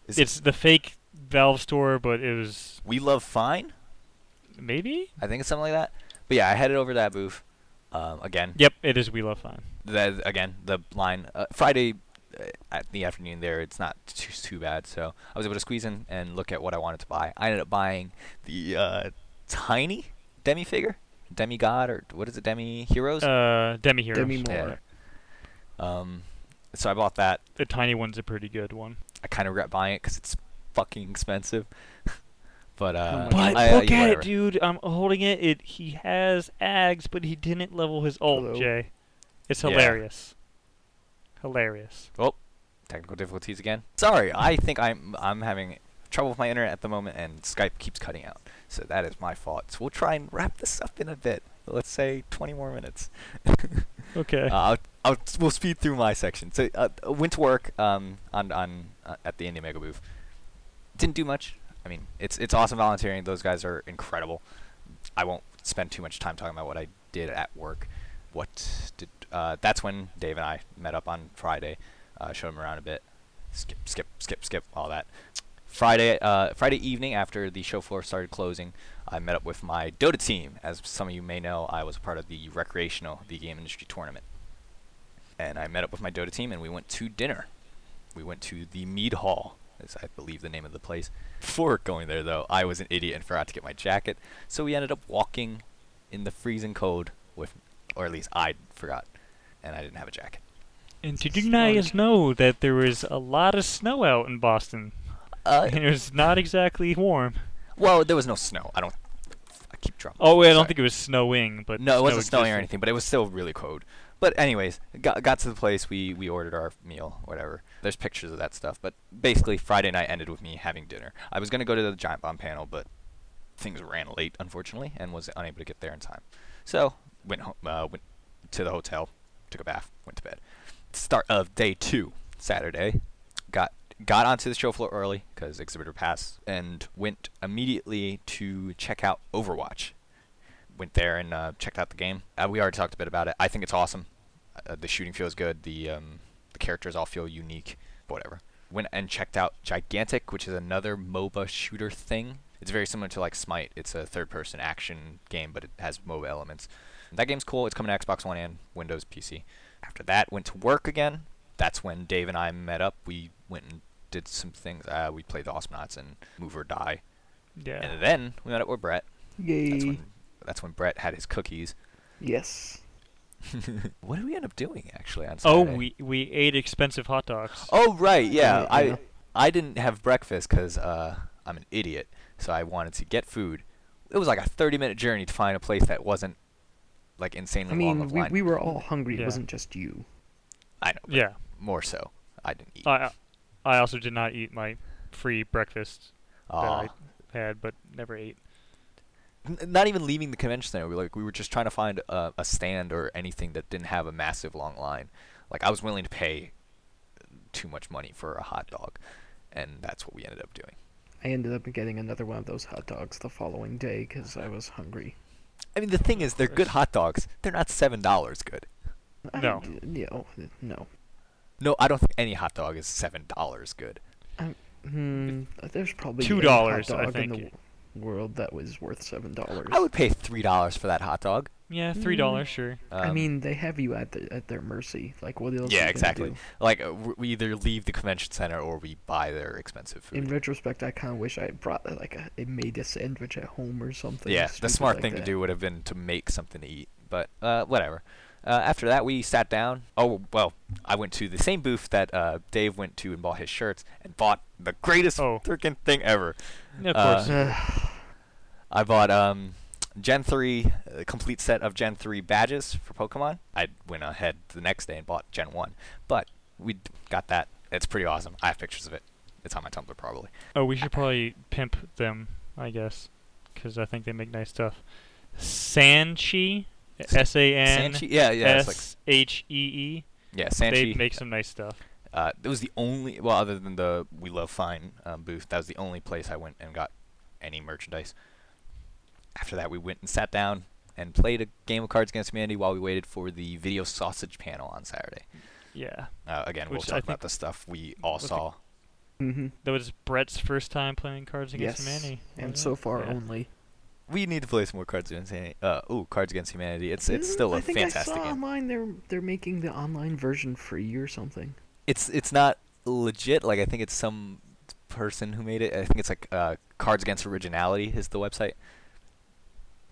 A: Is-
B: it's the fake Valve store, but it was
A: We Love Fine.
B: maybe.
A: I think it's something like that. But yeah, I headed over to that booth. Um, again,
B: Yep, it is We Love Fine.
A: that again the line uh, Friday uh, at the afternoon there. It's not too too bad. So I was able to squeeze in and look at what I wanted to buy. I ended up buying the uh, tiny demi figure, demi god or what is it, demi heroes.
B: Uh, Demi Heroes.
C: Demi Moore.
A: Yeah. um, so I bought that.
B: The tiny one's a pretty good one.
A: I kind of regret buying it because it's fucking expensive. [LAUGHS] but uh,
C: much?
B: But
A: I- I-
B: look at
A: whatever.
B: it, dude. I'm holding it. It he has ags, but he didn't level his ult,
C: Hello.
B: Jay. It's
A: Yeah.
B: hilarious. Hilarious.
A: Technical difficulties again. Sorry, I think I'm I'm having trouble with my internet at the moment, and Skype keeps cutting out. So that is my fault. So we'll try and wrap this up in a bit. Let's say 20 more minutes.
B: Okay.
A: Uh, I'll, I'll, we'll speed through my section. So, uh, I went to work um, on on uh, at the Indie Mega booth. Didn't do much. I mean, it's it's awesome volunteering. Those guys are incredible. I won't spend too much time talking about what I did at work. What did? Uh, that's when Dave and I met up on Friday. Uh, showed him around a bit. Skip, skip, skip, skip. All that. Friday, uh, Friday evening after the show floor started closing, I met up with my Dota team. As some of you may know, I was a part of the recreational, the game industry tournament and I met up with my Dota team and we went to dinner. We went to the Mead Hall, is I believe the name of the place. Before going there though, I was an idiot and forgot to get my jacket, so we ended up walking in the freezing cold with, or at least I forgot, and I didn't have a jacket.
B: and did you guys know that there was a lot of snow out in Boston?
A: Uh,
B: [LAUGHS] And it was not exactly warm.
A: well, there was no snow. I don't. I keep drunk.
B: Oh wait, I don't
A: Sorry.
B: think it was snowing, but
A: no, it
B: snow
A: wasn't snowing or
B: existed.
A: anything, but it was still really cold. But anyways, got got to the place we we ordered our meal, whatever. There's pictures of that stuff, but basically Friday night ended with me having dinner. I was gonna go to the Giant Bomb panel, but things ran late unfortunately, and was unable to get there in time. So went home, uh, went to the hotel, took a bath, went to bed. Start of day two, Saturday. Got got onto the show floor early because exhibitor pass, and went immediately to check out Overwatch went there and uh, checked out the game. Uh, we already talked a bit about it. I think it's awesome. Uh, the shooting feels good. The um, the characters all feel unique. Whatever. Went and checked out Gigantic, which is another MOBA shooter thing. It's very similar to like Smite. It's a third-person action game, but it has MOBA elements. That game's cool. It's coming to Xbox One and Windows PC. After that, went to work again. That's when Dave and I met up. We went and did some things. Uh, we played the Osmonauts and Move or Die.
B: Yeah.
A: And then we met up with Brett. That's
C: Yay.
A: when, that's when Brett had his cookies.
C: Yes.
A: What did we end up doing actually on
B: Oh,
A: Saturday?
B: we we ate expensive hot dogs.
A: Oh right, yeah.
C: Right, yeah.
A: I I didn't have breakfast because uh, I'm an idiot, so I wanted to get food. It was like a 30 minute journey to find a place that wasn't like insanely
C: I
A: long
C: mean,
A: of
C: we,
A: line.
C: we were all hungry.
B: Yeah.
C: It wasn't just you.
A: I know, but
B: Yeah.
A: more so. I didn't eat.
B: I I also did not eat my free breakfast that
A: Aw.
B: I had, but never ate.
A: N- not even leaving the convention center. We like we were just trying to find a, a stand or anything that didn't have a massive long line. Like I was willing to pay too much money for a hot dog, and that's what we ended up doing.
C: I ended up getting another one of those hot dogs the following day because I was hungry.
A: I mean, the thing is, they're good hot dogs. They're not seven dollars good.
C: I
B: No.
C: d- no. No.
A: No, I don't think any hot dog is seven dollars good.
C: Hmm, there's probably
B: Two
C: any hot
B: dollars, I
C: dog in the
B: think.
C: w- world that was worth seven dollars.
A: I would pay three dollars for that hot dog.
B: Yeah, three
C: Mm.
B: dollars, sure.
C: I
A: Um,
C: mean, they have you at the, at their mercy. Like, what else? you
A: yeah,
C: gonna
A: exactly.
C: do?
A: Like uh, w- we either leave the convention center or we buy their expensive
C: In
A: food.
C: retrospect, I kind of wish I had brought uh, like a, it made a sandwich at home or something.
A: yeah, the
C: stupid
A: smart
C: like
A: thing to
C: [SIGHS] that.
A: do would have been to make something to eat, but uh, whatever. Uh, after that, we sat down. Oh well, I went to the same booth that uh, Dave went to and bought his shirts and bought the greatest
B: Oh.
A: freaking thing ever.
B: Yeah, of
A: Uh,
B: course.
A: I bought um, Gen 3, a complete set of Gen 3 badges for Pokemon. I went ahead the next day and bought Gen 1. But we d- got that. It's pretty awesome. I have pictures of it. It's on my Tumblr probably.
B: oh, we should probably pimp them, I guess, because I think they make nice stuff. Sanchi, S A N
A: Sanchi, yeah, yeah, it's like
B: S H E E.
A: yeah,
B: They
A: Sanchi.
B: make some nice stuff.
A: uh, it was the only well, other than the We Love Fine um, booth, that was the only place I went and got any merchandise. After that, we went and sat down and played a game of Cards Against Humanity while we waited for the video sausage panel on Saturday.
B: Yeah,
A: Uh, again,
B: Which
A: we'll
B: I
A: talk about
B: think
A: the stuff we all
B: was the-
A: saw.
C: Mm-hmm.
B: That was Brett's first time playing Cards Against
C: Yes,
B: Humanity.
C: And
B: wasn't
C: so
B: it?
C: far
B: Yeah.
C: only.
A: We need to play some more Cards Against Humanity. Uh, ooh, Cards Against Humanity. It's it's still
C: a
A: a fantastic
C: Mm, I saw
A: game.
C: online they're they're making the online version free or something.
A: It's it's not legit. Like I think it's some person who made it. I think it's like uh, Cards Against Originality is the website.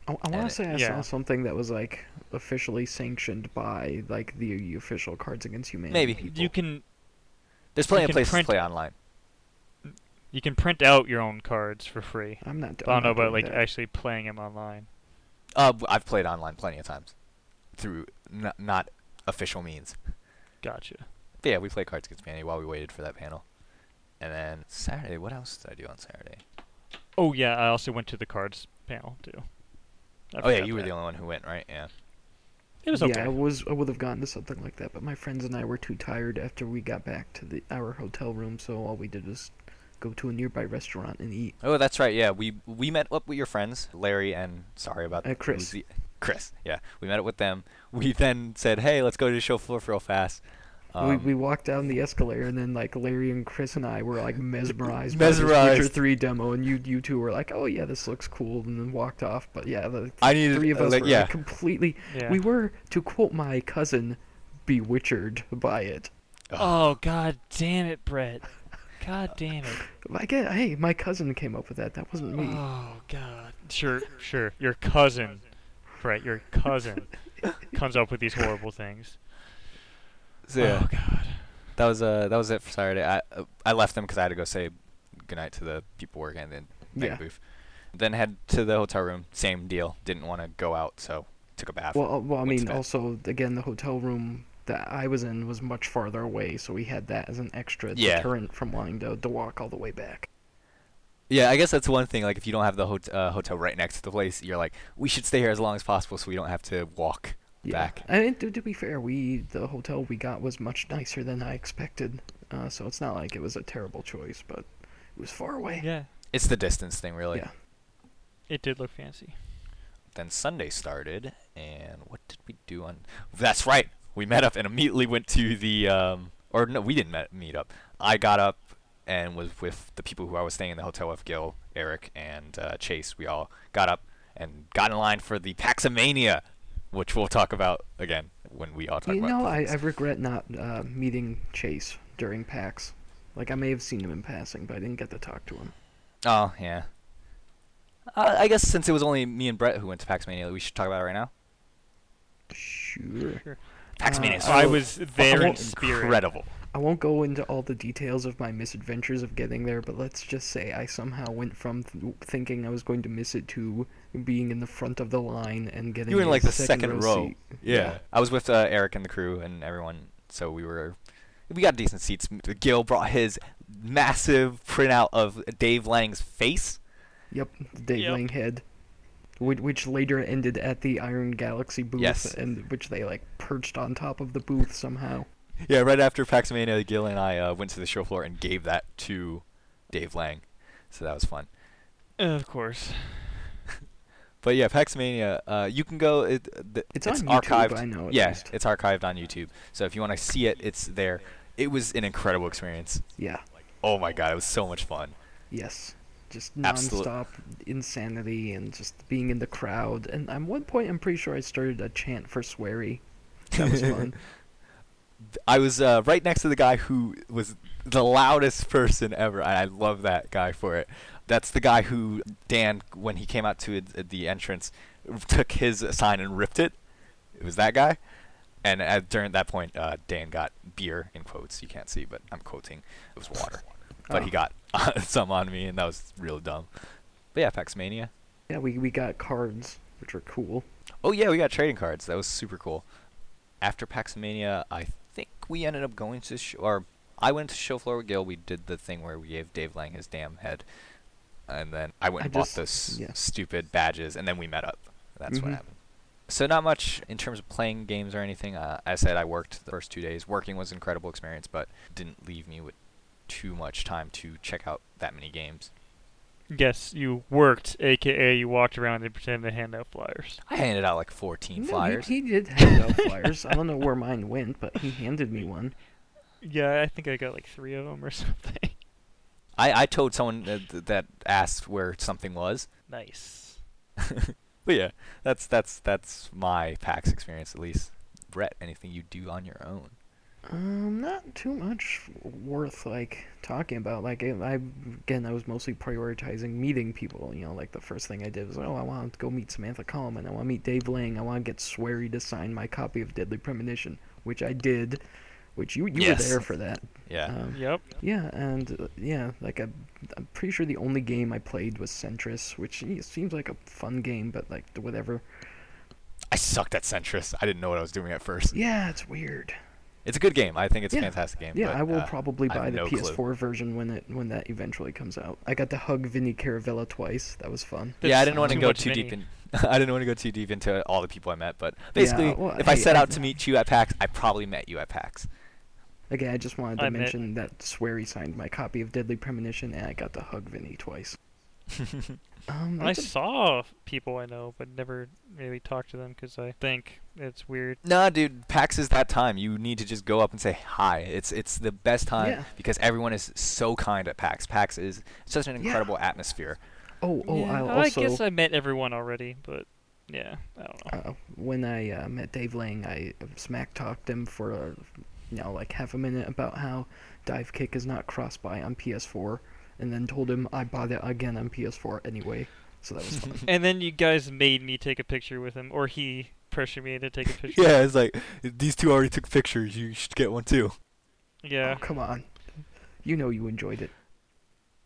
C: I, I
A: And
C: want
A: it-
C: to say I
B: yeah.
C: saw something that was like officially sanctioned by like the official Cards Against Humanity.
A: Maybe.
C: people.
B: You can
A: There's plenty of
B: can
A: places
B: print-
A: to play online.
B: you can print out your own cards for free.
C: I'm not.
B: I don't
C: I'm
B: know
C: not
B: about
C: doing
B: like
C: that.
B: actually playing them online.
A: Uh, b- I've played online plenty of times, through n- not official means.
B: Gotcha.
A: But yeah, we played Cards Against Humanity while we waited for that panel. And then Saturday, what else did I do on Saturday?
B: Oh yeah, I also went to the cards panel too. I
A: oh yeah,
B: forgot
A: you were
B: that.
A: the only one who went, right? Yeah.
B: It was
C: Yeah,
B: okay.
C: I was. I would have gone to something like that, but my friends and I were too tired after we got back to the our hotel room, so all we did was go to a nearby restaurant and eat.
A: Oh, that's right. Yeah, we we met up with your friends, Larry and sorry about
C: Uh,
A: who's
C: Chris.
A: the- Chris. Yeah, we met up with them. We [LAUGHS] then said, hey, let's go to the show floor real fast. Um,
C: we, we walked down the escalator, and then like Larry and Chris and I were like mesmerized, by this
A: Mesmerized.
C: Witcher Three demo, and you you two were like, "Oh yeah, this looks cool," and then walked off. But yeah, the
A: I needed
C: three of
A: uh,
C: us
A: like,
C: were
A: yeah.
C: like, completely.
B: Yeah.
C: We were, to quote my cousin, bewitchered by it.
B: oh god damn it, Brett. God damn [LAUGHS] it.
C: I get, hey, my cousin came up with that. That wasn't me.
B: Oh god. Sure, sure. Your cousin. Brett, your cousin [LAUGHS] comes up with these horrible things.
A: So, yeah.
B: Oh god.
A: That was uh that was it for Saturday. I uh, I left them because I had to go say goodnight to the people working in the
C: Yeah.
A: yeah. booth. Then head to the hotel room. Same deal. Didn't want to go out, so took a bath.
C: Well, uh, well, I
A: went to
C: mean,
A: bed.
C: also again, the hotel room that I was in was much farther away, so we had that as an extra
A: Yeah.
C: deterrent from wanting to, to walk all the way back.
A: yeah, I guess that's one thing. Like if you don't have the hot- uh, hotel right next to the place, you're like, we should stay here as long as possible so we don't have to walk back.
C: I mean, to, to be fair, we the hotel we got was much nicer than I expected, uh, so it's not like it was a terrible choice, but it was far away.
B: Yeah.
A: It's the distance thing, really.
C: Yeah.
B: It did look fancy.
A: Then Sunday started, and what did we do on? That's right. We met up and immediately went to the um, or no, we didn't met, meet up. I got up and was with the people who I was staying in the hotel with, Gil, Eric, and uh, Chase. We all got up and got in line for the Paxomania, which we'll talk about again when we all talk
C: You
A: about.
C: know, I,
A: plans.
C: I regret not uh, meeting Chase during PAX. Like I may have seen him in passing, but I didn't get to talk to him.
A: oh yeah. Uh, I guess since it was only me and Brett who went to Paxomania, we should talk about it right now.
C: Sure.
A: Paxomania
C: Uh,
A: is
C: So-
B: I was there in
C: Oh,
B: spirit.
A: incredible.
C: I won't go into all the details of my misadventures of getting there, but let's just say I somehow went from th- thinking I was going to miss it to being in the front of the line and getting
A: You were in
C: a
A: like the second, row.
C: seat.
A: Yeah. I was with uh, Eric and the crew and everyone, so we were we got decent seats. M- Gil brought his massive printout of Dave Lang's face.
C: Yep, the Dave
B: Yep.
C: Lang head, which, which later ended at the Iron Galaxy booth,
A: Yes.
C: and which they like perched on top of the booth somehow.
A: Yeah, right after Paxmania, Gil and I uh, went to the show floor and gave that to Dave Lang, so that was fun.
B: Uh, Of course.
A: But yeah, Paxmania, uh, you can go. It, th-
C: It's
A: it's
C: on YouTube,
A: archived.
C: I know, at
A: Yeah,
C: least.
A: it's archived on YouTube. So if you want to see it, it's there. It was an incredible experience.
C: Yeah.
A: Oh my god, it was so much fun.
C: Yes. Just
A: Absolute-
C: nonstop insanity and just being in the crowd. And at one point, I'm pretty sure I started a chant for Swery. That was
A: [LAUGHS]
C: fun.
A: I was uh, right next to the guy who was the loudest person ever, and I love that guy for it. That's the guy who Dan, when he came out to it- the entrance, took his sign and ripped it. It was that guy. And at, during that point, uh, Dan got beer in quotes. You can't see, but I'm quoting. It was water, but
C: Oh.
A: he got [LAUGHS] some on me, and that was real dumb. But yeah, Paxmania.
C: yeah, we, we got cards, which are cool.
A: Oh yeah, we got trading cards. That was super cool. After Paxmania, I think we ended up going to sh- or I went to show floor with Gil. We did the thing where we gave Dave Lang his damn head, and then I went
C: I
A: and bought
C: just-
A: those
C: yeah.
A: stupid badges, and then we met up. That's
C: Mhm.
A: what happened. So not much in terms of playing games or anything. Uh, as I said, I worked the first two days. Working was an incredible experience, but didn't leave me with too much time to check out that many games.
B: Yes, you worked, aka you walked around and pretended to hand out flyers.
A: I handed out like 14
C: No, he-
A: flyers.
C: He, did hand out flyers. I don't know where mine went, but he handed me one.
B: Yeah, I think I got like three of them or [LAUGHS] something.
A: I, I told someone that, that asked where something was.
B: Nice.
A: [LAUGHS] But yeah, that's that's that's my PAX experience at least. Brett, anything you do on your own?
C: Um, not too much worth like talking about. Like I, I again, I was mostly prioritizing meeting people. You know, like the first thing I did was, oh, I want to go meet Samantha Coleman. I want to meet Dave Lang. I want to get Swery to sign my copy of Deadly Premonition, which I did. Which you you
A: Yes.
C: were there for that.
A: Yeah.
C: Um,
B: Yep.
C: yeah, and uh, yeah, like I, I'm pretty sure the only game I played was Centris, which eh, seems like a fun game, but like whatever.
A: I sucked at Centris. I didn't know what I was doing at first.
C: Yeah, it's weird.
A: It's a good game. I think it's a
C: Yeah.
A: fantastic game.
C: Yeah,
A: but,
C: I will
A: uh,
C: probably
A: I have
C: buy the
A: no clue.
C: PS4 version when it when that eventually comes out. I got to hug Vinny Caravella twice. That was fun.
A: Yeah, I
B: That's
A: didn't want to
B: too
A: go
B: much
A: too
B: mini.
A: deep in. [LAUGHS] I didn't want to go too deep into all the people I met, but basically,
C: well,
A: if I
C: hey,
A: set
C: I-
A: out to meet you at PAX, I probably met you at PAX. [LAUGHS]
C: Again, I just wanted to
B: I admit-
C: mention that Swery signed my copy of Deadly Premonition, and I got to hug Vinny twice. um,
B: I
C: that's a-
B: saw people I know, but never really talked to them because I think it's weird.
A: Nah, dude, PAX is that time. You need to just go up and say hi. It's it's the best time
C: Yeah.
A: because everyone is so kind at PAX. PAX is such an
C: Yeah.
A: incredible atmosphere.
C: oh, oh,
B: Yeah,
C: I'll
B: I
C: also.
B: guess I met everyone already, but yeah, I [LAUGHS] don't know.
C: uh, when I uh, met Dave Lang, I smack talked him for, uh, you know, like half a minute about how Dive Kick is not cross buy on PS4, and then told him I bought it again on PS4 anyway. So that was fun.
B: And then you guys made me take a picture with him, or he pressured me to take a picture.
A: Yeah, it's like these two already took pictures. You should get one too.
B: Yeah.
C: Oh, come on. You know you enjoyed it.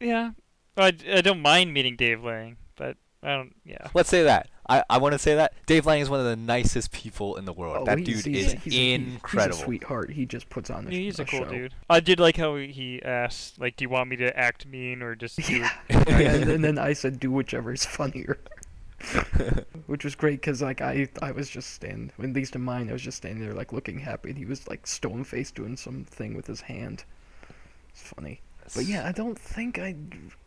B: Yeah. I, d- I don't mind meeting Dave Lang, but I don't. Yeah.
A: [LAUGHS] Let's say that. I, I want to say that Dave Lang is one of the nicest people in the world.
C: oh,
A: that
C: he's-
A: dude
C: he's-
A: is
C: he's a- he-
A: incredible.
C: He's
A: [LAUGHS]
C: a sweetheart. He just puts on the
B: Yeah, he's a cool
C: show.
B: dude. I did like how he asked, like, do you want me to act mean or just do
C: [LAUGHS] Yeah.
B: it?
C: [LAUGHS] and,
A: [LAUGHS]
C: and then I said, do whichever is funnier. [LAUGHS] Which was great because like I I was just standing at least in mine I was just standing there like looking happy and he was like stone faced doing something with his hand. It's funny. But yeah, I don't think I.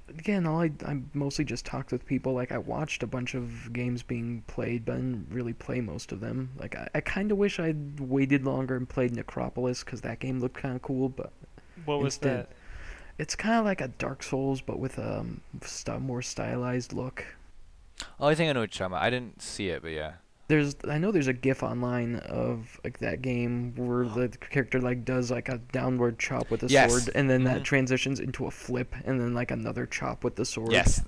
C: Again, all I I mostly just talked with people. Like I watched a bunch of games being played, but I didn't really play most of them. Like I, I kind of wish I'd waited longer and played Necropolis because that game looked kind of cool. But
B: What was
C: Instead.
B: that?
C: it's kind of like a Dark Souls, but with a um, st- more stylized look.
A: Only thing I know what you're talking about. I didn't see it, but yeah.
C: There's I know there's a GIF online of like that game where the character like does like a downward chop with a
A: Yes.
C: sword, and then that
A: Mhm.
C: transitions into a flip, and then like another chop with the sword.
A: Yes,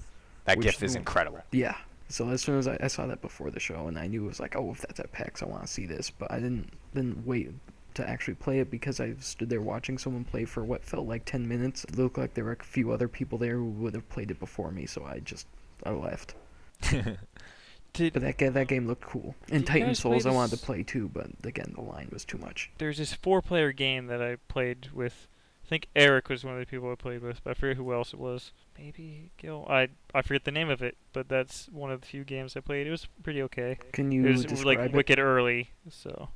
A: that
C: Which
A: gift is
C: one?
A: incredible.
C: Yeah. So as soon as I, I saw that before the show, and I knew it was like, oh, if that's at PAX, I want to see this. But I didn't didn't wait to actually play it because I stood there watching someone play for what felt like ten minutes. It looked like there were a few other people there who would have played it before me, so I just [LAUGHS] I left.
B: Did,
C: But that ga- that game looked cool. And
B: you
C: Titan
B: guys play
C: Souls I wanted
B: this-
C: to play too, but again the line was too much.
B: there's this four-player game that I played with. I think Eric was one of the people I played with, but I forget who else it was. Maybe Gil. I I forget the name of it, but that's one of the few games I played. It was pretty okay.
C: Can
B: It
C: you
B: was
C: describe
B: like
C: it?
B: wicked early, so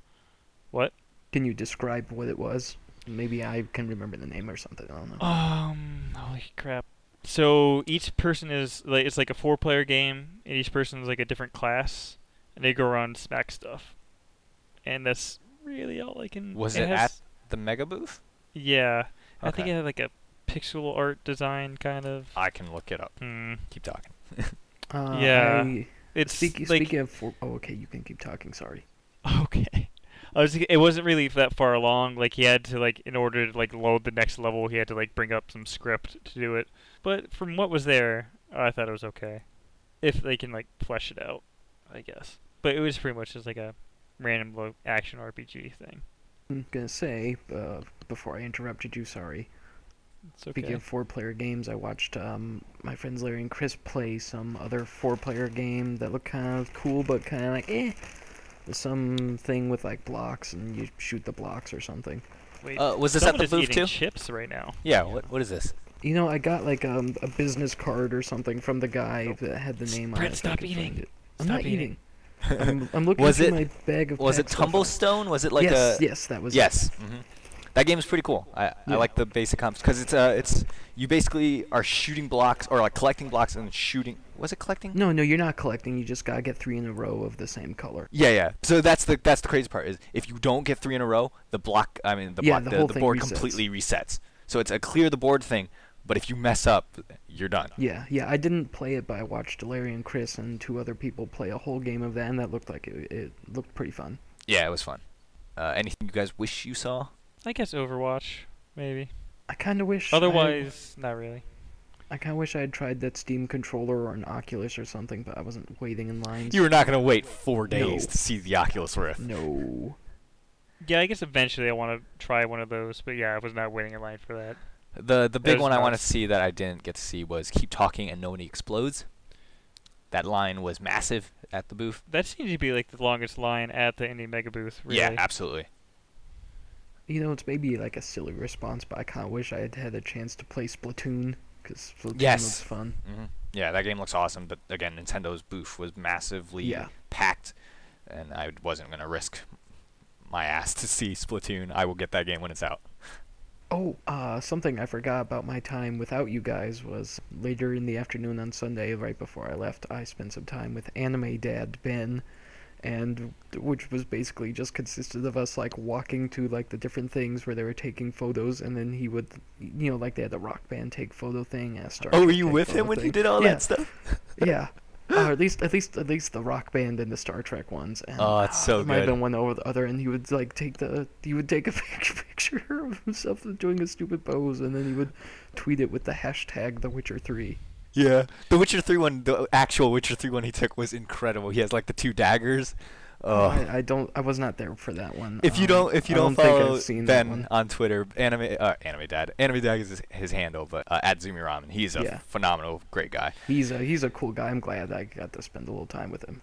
C: Can you describe what it was? Maybe I can remember the name or something. I don't know.
B: Um, holy crap. So each person is like it's like a four-player game, and each person is like a different class, and they go around and smack stuff, and that's really all I can.
A: Was it at- [LAUGHS] The mega booth?
B: Yeah, I think
A: Okay.
B: it had like a pixel art design kind of.
A: I can look it up.
B: Hmm.
A: Keep talking.
C: Uh,
B: Oh, yeah,
C: I-
B: It's
C: speak,
B: like
C: speaking of, four oh okay, you can keep talking. Sorry.
B: [LAUGHS] okay. I was. It wasn't really that far along. Like he had to like in order to like load the next level, he had to like bring up some script to do it. But from what was there, I thought it was okay. If they can like flesh it out, I guess. But it was pretty much just like a random lo- action RPG thing.
C: I'm gonna say uh, before I interrupted you. Sorry.
B: It's okay.
C: Speaking of four-player games, I watched um, my friends Larry and Chris play some other four-player game that looked kind of cool, but kind of like eh. There's Some thing with like blocks, and you shoot the blocks or something.
B: Wait,
A: Uh, was this at
B: someone
A: the
B: is
A: booth
B: eating
A: too?
B: Chips right now.
A: Yeah. What what is this?
C: You know, I got like um, a business card or something from the guy that had the
B: S-
C: name on
B: Brett,
C: it. if I
B: stop
C: could
B: eating.
C: find it. I'm
B: Stop
C: not
B: eating.
C: eating. I'm,
A: [LAUGHS]
C: I'm looking
A: Was
C: through
A: it-
C: my bag of.
A: Was it
C: pack stuff.
A: Tumblestone? Was it like
C: yes,
A: a?
C: yes, that was. it.
A: Yes. hmm That game's pretty cool. I, I
C: Yeah.
A: like the basic comps because it's uh it's you basically are shooting blocks or like collecting blocks and shooting. Was it collecting?
C: No, no, you're not collecting. You just gotta get three in a row of the same color.
A: Yeah, yeah. So that's the that's the crazy part is if you don't get three in a row, the block I mean the
C: Yeah,
A: block
C: the
A: the,
C: whole
A: the
C: thing
A: board
C: resets.
A: completely resets. So it's a clear the board thing, But if you mess up, you're done.
C: Yeah, yeah. I didn't play it, but I watched Delirium Chris and two other people play a whole game of that, and that looked like it, it looked pretty fun.
A: Yeah, it was fun. Uh, anything you guys wish you saw?
B: I guess Overwatch, maybe.
C: I kind of wish. I-
B: Otherwise, not really.
C: I kind of wish I had tried that Steam controller or an Oculus or something, but I wasn't waiting in lines.
A: You were not going to wait four
C: No.
A: days to see the Oculus Rift.
C: No.
B: Yeah, I guess eventually I want to try one of those, but yeah, I was not waiting in line for that.
A: The the big
B: was
A: one I want to
B: nice.
A: see that I didn't get to see was "Keep talking and nobody explodes." That line was massive at the booth.
B: That seems to be like the longest line at the Indie Mega Booth. Really.
A: Yeah, absolutely.
C: You know, it's maybe like a silly response, but I kind of wish I had had a chance to play Splatoon because Splatoon
A: Yes.
C: was fun.
A: hmm Yeah, that game looks awesome, but again, Nintendo's booth was massively
C: Yeah.
A: packed, and I wasn't gonna risk my ass to see Splatoon. I will get that game when it's out.
C: Oh, uh, something I forgot about my time without you guys was later in the afternoon on Sunday, right before I left, I spent some time with anime dad Ben, and which was basically just consisted of us like walking to like the different things where they were taking photos, and then he would, you know, like they had the rock band take photo thing. And a Star
A: Oh, were
C: Trek
A: you
C: take
A: with him
C: photo
A: when you
C: thing.
A: did all
C: yeah,
A: that stuff?
C: yeah. Uh, at least, at least, at least the rock band and the Star Trek ones. And,
A: Oh, it's so
C: there Might have
A: good.
C: been one over the other, and he would like take the he would take a [LAUGHS] pic- picture of himself doing his stupid pose, and then he would tweet it with the hashtag The Witcher Three.
A: Yeah, the Witcher Three one, the actual Witcher Three one he took was incredible. He has like the two daggers. Oh,
C: I, I don't. I was not there for that one.
A: If you
C: Um,
A: don't, if you
C: I
A: don't,
C: think I've
A: follow
C: seen that
A: Ben
C: one.
A: on Twitter, anime, uh, anime dad, anime dad is his, his handle, but uh, at Zumi Ramen, he's a
C: Yeah.
A: phenomenal, great guy.
C: he's a he's a cool guy. I'm glad I got to spend a little time with him.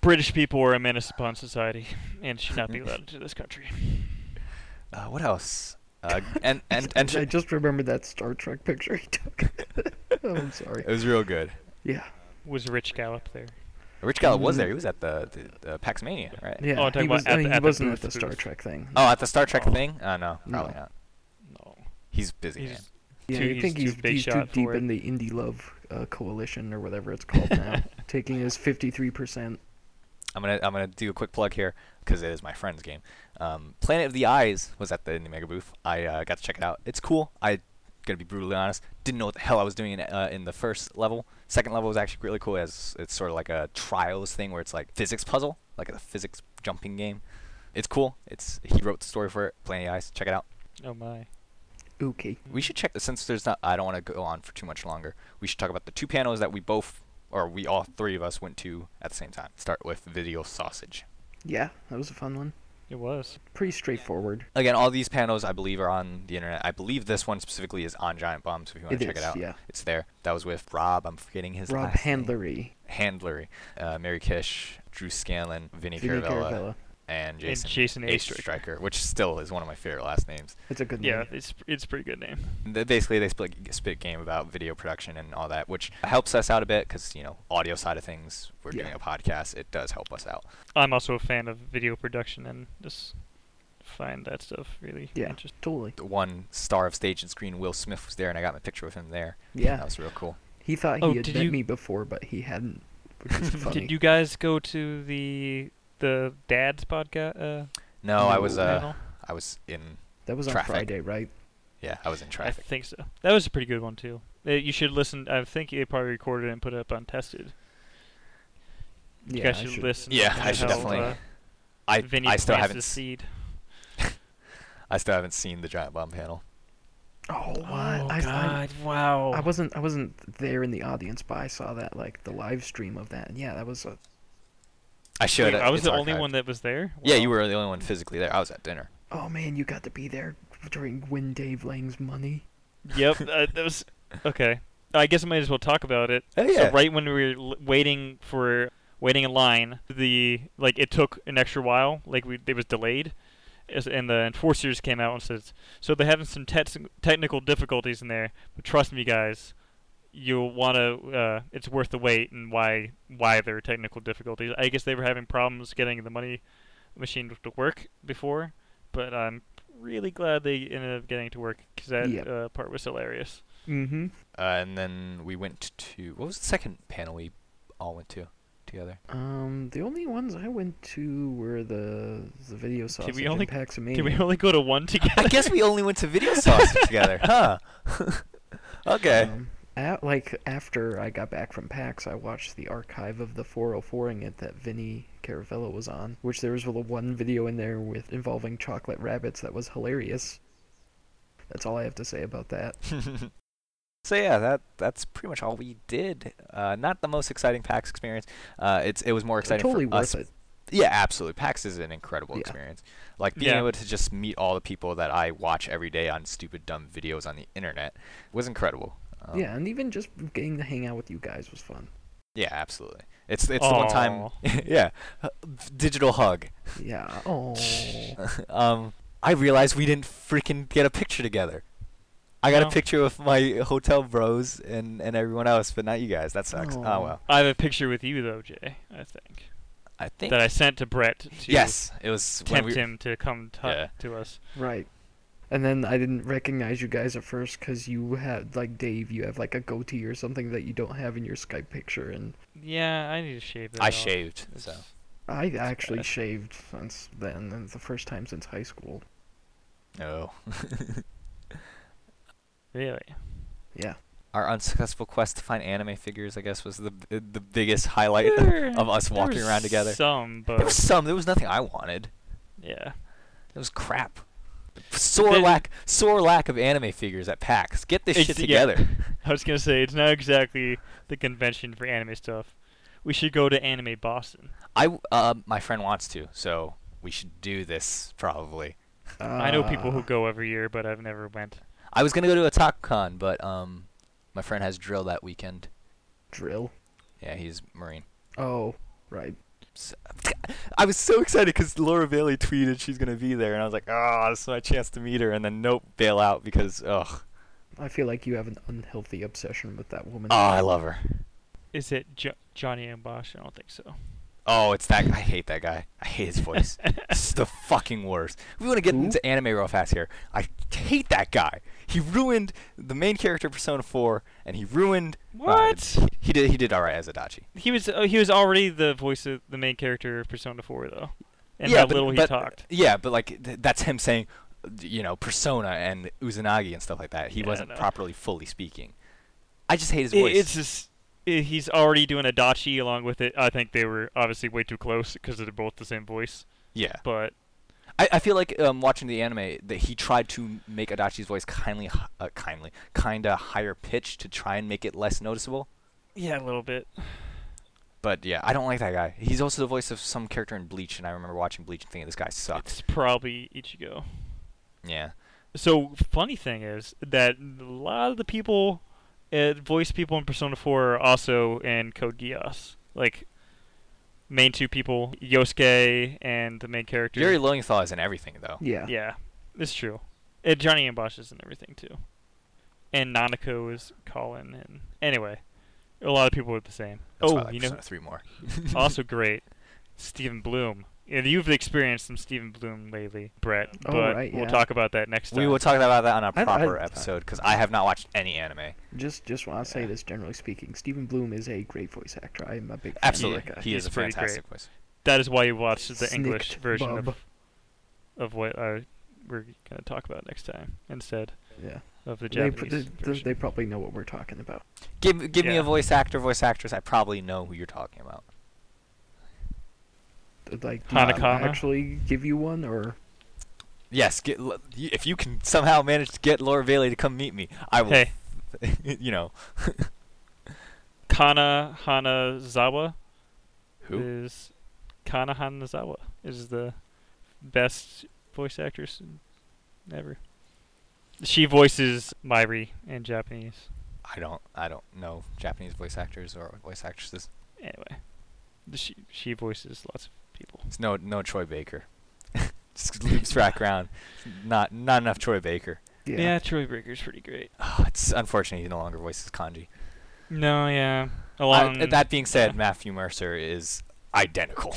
B: British people are a menace upon society [LAUGHS] and
A: [LAUGHS]
B: should not be allowed into this country.
A: Uh, what else?
C: [LAUGHS]
A: Uh, and and and
C: I just remembered that Star Trek picture he took. [LAUGHS] oh, I'm sorry.
A: it was real good.
C: Yeah,
A: uh,
B: Was Rich Gallup there?
A: Rich Gallup was there.
C: Mhm.
A: He was at the the, the PAX Mania, right?
C: yeah.
B: Oh, I'm talking
C: he
B: about
C: was,
B: at
C: I mean,
B: the-
C: he
B: at the
C: wasn't
B: booth,
C: at the Star
B: booth.
C: Trek thing.
A: Oh, at the Star Trek
B: Oh.
A: thing? Oh no, probably
C: No.
A: not.
B: No.
A: He's busy.
B: He's
A: man.
B: just
C: Yeah,
B: too-
C: I
B: he's
C: think
B: too
C: he's,
B: big
C: he's too
B: shot
C: deep
B: for it.
C: in the Indie Love uh, Coalition or whatever it's
B: [LAUGHS]
C: called now, taking his 53%.
A: I'm gonna I'm gonna do a quick plug here because it is my friend's game. Um, Planet of the Eyes was at the Indie Mega booth. I uh, got to check it out. It's cool. I gonna be brutally honest, didn't know what the hell I was doing in, uh, in the first level. Second level was actually really cool. As it's sort of like a trials thing where it's like physics puzzle, like a physics jumping game. It's cool. It's he wrote the story for it. Planet of the Eyes. Check it out.
B: Oh my.
C: Okay.
A: We should check since there's not. I don't want to go on for too much longer. We should talk about the two panels that we both or we all three of us went to at the same time. Start with Video Sausage.
C: Yeah, that was a fun one.
B: It was.
C: Pretty straightforward.
A: again, all these panels I believe are on the internet. I believe this one specifically is on Giant Bomb, so if you want
C: It
A: to check
C: is,
A: it out,
C: yeah.
A: it's there. That was with Rob. I'm forgetting his
C: Rob
A: last name.
C: Handlery.
A: Handlery, uh, Mary Kish, Drew Scanlon, Vinny,
C: Vinny
A: Caravella,
C: Caravella.
A: and Jason,
B: Jason A.
A: A.
B: Stryker.
A: Stryker, which still is one of my favorite last names.
C: It's a good
B: Yeah,
C: name.
B: it's it's a pretty good name.
A: Th- Basically, they split spit game about video production and all that, which helps us out a bit because you know audio side of things. We're
C: Yeah.
A: doing a podcast; it does help us out.
B: I'm also a fan of video production and just find that stuff really
C: Yeah,
B: interesting.
C: totally.
A: The one star of stage and screen, Will Smith was there, and I got my picture with him there. that
C: Yeah.
A: was real cool.
C: He thought he
B: Oh,
C: had
B: did
C: met
B: you-
C: me before, but he hadn't, which is
B: [LAUGHS]
C: funny.
B: Did you guys go to the the dad's podcast? Uh,
A: No, I was
C: No.
A: uh,
B: panel?
A: I was in
C: That was on
A: Traffic.
C: Friday, right?
A: Yeah, I was in
B: I
A: traffic.
B: think so. That was a pretty good one too. Uh, you should listen. I think they probably recorded it and put it up on Tested. You
C: Yeah,
B: guys
C: I
B: should,
C: should-
B: listen.
A: Yeah,
B: to
A: I should
B: how,
A: definitely-
B: Uh,
A: I,
B: Vinny
A: I still
B: plants
A: haven't
B: the
A: s-
B: seed.
A: I still haven't seen the giant bomb panel.
C: Oh, what?
B: Oh
C: I, I,
B: God! wow.
C: I wasn't I wasn't there in the audience, but I saw that like the live stream of that. Yeah, that was a
A: I should.
B: Wait, I was
A: it's
B: the only
A: archived.
B: one that was there.
A: Yeah,
B: Wow.
A: you were the only one physically there. I was at dinner.
C: Oh man, you got to be there during Win Dave Lang's money.
B: Yep, uh, that was okay. I guess I might as well talk about it.
A: Oh, yeah.
B: So right when we were l- waiting for waiting in line, the like it took an extra while. Like we, it was delayed, as- and the enforcers came out and says, "So they're having some tet- technical difficulties in there, but trust me, guys." You'll want to. Uh, it's worth the wait, and why? Why there are technical difficulties? I guess they were having problems getting the money machine to work before, but I'm really glad they ended up getting it to work because that
C: Yep.
B: uh, part was hilarious.
C: Mm-hmm.
A: Uh, and then we went to what was the second panel we all went to together?
C: Um, the only ones I went to were the the video sausage
B: we only-
C: and Paxamania. Um,
B: Did we only go to one together?
A: [LAUGHS]
B: [LAUGHS]
A: I guess we only went to Video Sausage together, huh? Okay.
C: Um, at, like after I got back from PAX, I watched the archive of the 404ing it that Vinny Caravello was on, which there was the one video in there with involving chocolate rabbits that was hilarious. That's all I have to say about that.
A: Um, [LAUGHS] So yeah, that that's pretty much all we did. Uh, not the most exciting PAX experience. Uh, it's it was more exciting
C: totally
A: for us.
C: worth it.
A: Yeah, absolutely. PAX is an incredible
C: Yeah.
A: experience. Like being
B: Yeah.
A: able to just meet all the people that I watch every day on stupid dumb videos on the internet was incredible. Um,
C: yeah, and even just getting to hang out with you guys was fun.
A: Yeah, absolutely. It's it's the one time.
B: Aw.
A: [LAUGHS] yeah, h- digital hug. [LAUGHS]
C: Yeah. Oh.
A: um, I realized we didn't freaking get a picture together. I got a
B: No.
A: picture of my hotel bros and, and everyone else, but not you guys. That sucks. Oh,
C: Aw.
A: well.
B: I have a picture with you though, Jay. I think
A: I think
B: that I sent to Brett to
A: yes, it was when
B: tempt
A: we,
B: him to come t-
A: Yeah.
B: to us.
C: Right. And then I didn't recognize you guys at first because you had like Dave, you have like a goatee or something that you don't have in your Skype picture, and
B: Yeah, I need to shave that.
A: I
B: off.
A: shaved, so
B: It's-
C: I actually
A: bad.
C: shaved since then, and it's the first time since high school.
A: no.
B: Really?
C: Yeah.
A: Our unsuccessful quest to find anime figures, I guess, was the the the biggest highlight
B: There-
A: of us
B: there
A: walking
B: was
A: around together.
B: Some,
A: [LAUGHS] There was
B: but
A: some. There was nothing I wanted.
B: yeah.
A: It was crap. Sore
B: then-
A: lack, sore lack of anime figures at PAX. Get this shit
B: It's- yeah.
A: together.
B: I was gonna say it's not exactly the convention for anime stuff. We should go to Anime Boston.
A: I w- uh, my friend wants to, so we should do this probably.
B: I know people
A: Ah.
B: who
C: Uh,
B: go every year, but I've never went.
A: I was gonna go to a TokuCon, but um, my friend has drill that weekend.
C: drill.
A: Yeah, he's Marine.
C: Oh, right.
A: S- I was so excited because Laura Bailey tweeted she's gonna be there, and I was like, "Oh, this is my chance to meet her." And then nope, bail out because ugh,
C: I feel like you have an unhealthy obsession with that woman.
A: oh, I love her.
B: Is it jo- Johnny and Bosch? I don't think so.
A: Oh, it's that. I hate that guy. I hate his
B: [LAUGHS]
A: voice. it's the fucking worst. We want to get
C: Who?
A: into anime real fast here. I hate that guy. He ruined the main character of Persona 4, and he ruined. uh,
B: What?
A: he- he did. He did all right as Adachi.
B: He was uh, he was already the voice of the main character of Persona 4 though, and how little he talked.
A: Yeah, but like th- that's him saying, you know, Persona and Uzanagi and stuff like that. He
B: Yeah, I
A: wasn't
B: know.
A: properly fully speaking. I just hate his
B: I-
A: voice.
B: It's just i he's already doing a Dachi along with it. I think they were obviously way too close because they're both the same voice.
A: yeah,
B: But
A: I, I feel like um, watching the anime that he tried to make Adachi's voice kindly, h- uh, kindly, kinda higher pitched to try and make it less noticeable.
B: yeah, a little bit.
A: But yeah, I don't like that guy. He's also the voice of some character in Bleach, and I remember watching Bleach and thinking this guy sucks.
B: It's probably Ichigo.
A: Yeah.
B: So funny thing is that a lot of the people, uh, voice people in Persona 4 are also in Code Geass. Like main two people, Yosuke and the main character.
A: Yuri Lowenthal is in everything though.
C: Yeah.
B: yeah, it's true. And Johnny and Bosch is in everything too. And Nanako is Colin. And anyway, a lot of people are the same.
A: That's
B: oh,
A: why I like
B: you know,
A: Persona three more.
B: also great, Stephen Bloom. And you've experienced some Stephen Bloom lately, Brett.
C: Oh,
B: But
C: right,
B: we'll
C: yeah.
B: talk about that next time.
A: We will talk about that on a
C: I- I-
A: proper episode because I have not watched any anime.
C: Just just want to say this generally speaking, Stephen Bloom is a great voice actor. I am a big fan
A: Absolutely,
C: of that guy.
A: he is
B: He's
A: a
B: pretty
A: fantastic voice.
B: that is why you watched the English
C: Snicked
B: version
C: bub.
B: of, of what uh, we're going to talk about next time instead
C: Yeah.
B: of the
C: They,
B: Japanese
C: they, they,
B: version.
C: they probably know what we're talking about.
A: Give give me
B: Yeah.
A: a voice actor, voice actress. I probably know who you're talking about.
C: Like do you
B: Hanakana?
C: actually give you one or
A: Yes, get Lo- y- if you can somehow manage to get Laura Bailey to come meet me, I will.
B: hey,
A: [LAUGHS] you know
B: Kana Hanazawa
A: who?
B: is Kana Hanazawa is the best voice actress ever. She voices Mairi in Japanese.
A: I don't. I don't know Japanese voice actors or voice actresses.
B: Anyway, she she voices lots of people.
A: It's no no Troy Baker. [LAUGHS] Just loops back around. Not not enough Troy Baker.
C: yeah.
B: Troy Baker's pretty great.
A: Oh, it's unfortunate he no longer voices Kanji.
B: No,
A: I-
B: yeah.
A: uh,
B: Along
A: that being said,
B: yeah.
A: Matthew Mercer is identical.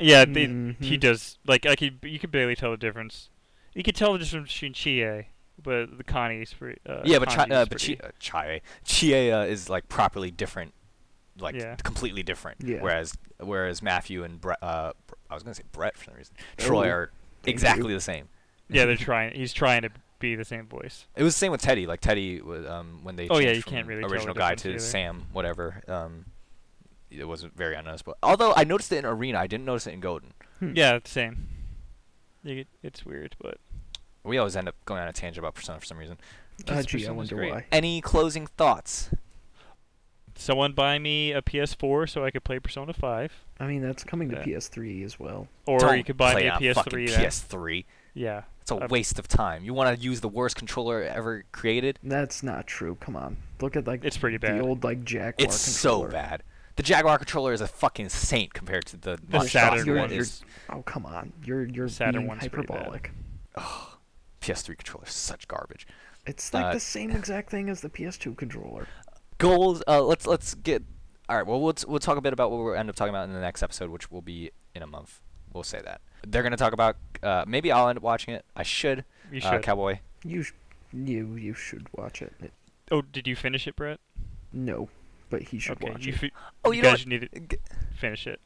B: Yeah, they, he
A: Mm-hmm.
C: Mhm.
B: does. Like I could, you could barely tell the difference. You could tell the difference between Chie, but the Connie's pretty. Uh,
A: yeah, but Chi-
B: Kanji's
A: uh, but Chi-
B: pretty-
A: uh, Chie Chie uh, is like properly different, like
B: Yeah.
A: completely different.
C: Yeah.
A: Whereas whereas Matthew and Bre- uh, Br- I was gonna say Brett for some reason. Troy
C: Oh,
A: are
C: thank
A: exactly
C: you.
A: the same.
B: yeah, they're trying. He's trying to be the same voice.
A: It was the same with Teddy. Like Teddy, was, um, when they
B: Oh, yeah,
A: changed
B: you
A: from
B: can't really tell the
A: original guy
B: difference
A: to
B: either.
A: Sam, whatever. Um, it wasn't very unnoticeable. Although I noticed it in Arena, I didn't notice it in Golden.
C: Hmm.
B: Yeah, it's same. You get- It's weird, but
A: We always end up going on a tangent about Persona for some reason.
C: Uh,
B: This
C: gee, I
B: person was
C: wonder
B: great.
C: why.
A: Any closing thoughts?
B: someone buy me a PS4 so I could play Persona 5,
C: I mean, that's coming to
B: Yeah.
C: PS3 as well.
B: or
A: Don't
B: you could buy
A: play
B: me a
A: on fucking
B: PS3. then.
A: PS3.
B: Yeah,
A: It's a
B: Um,
A: waste of time. You want to use the worst controller ever created?
C: That's not true. Come on, look at like
B: it's pretty
C: the
B: bad.
C: old like Jaguar.
A: It's so
C: controller.
A: bad. The Jaguar controller is a fucking saint compared to the
B: the
A: monstrosity
B: Saturn
A: that
C: you're-
B: one
A: is
B: is
C: Oh come on, you're you're
B: Saturn
C: being
B: one's pretty bad.
C: hyperbolic.
A: PS3 controller is such garbage.
C: It's like
A: Uh,
C: the same exact thing as the PS2 controller.
A: Goals. Uh, let's let's get. All right. Well, we'll we'll talk a bit about what we'll end up talking about in the next episode, which will be in a month. We'll say that they're gonna talk about. Uh, maybe I'll end up watching it. I should.
B: You
A: Uh,
B: should.
A: Cowboy.
C: You sh- you you should watch it. It-
B: oh, did you finish it, Brett?
C: No, but he should
B: Okay,
C: watch
B: you.
C: it.
B: Fi-
A: Oh,
B: you
A: you know
B: guys need to
A: what? G-
B: finish it.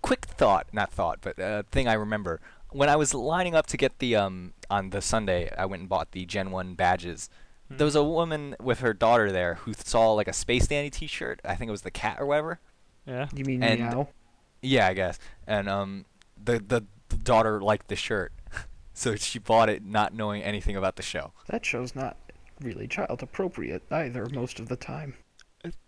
A: quick thought, not thought, but uh, thing I remember. When I was lining up to get the um on the Sunday, I went and bought the Gen One badges.
B: Hmm.
A: There was a woman with her daughter there who saw like a Space Dandy T-shirt. I think it was the cat or whatever.
B: Yeah.
C: You mean
A: and-
C: meow?
A: Yeah, I guess. And um, the the, the daughter liked the shirt, [LAUGHS] so she bought it not knowing anything about the show.
C: That show's not really child appropriate either most of the time.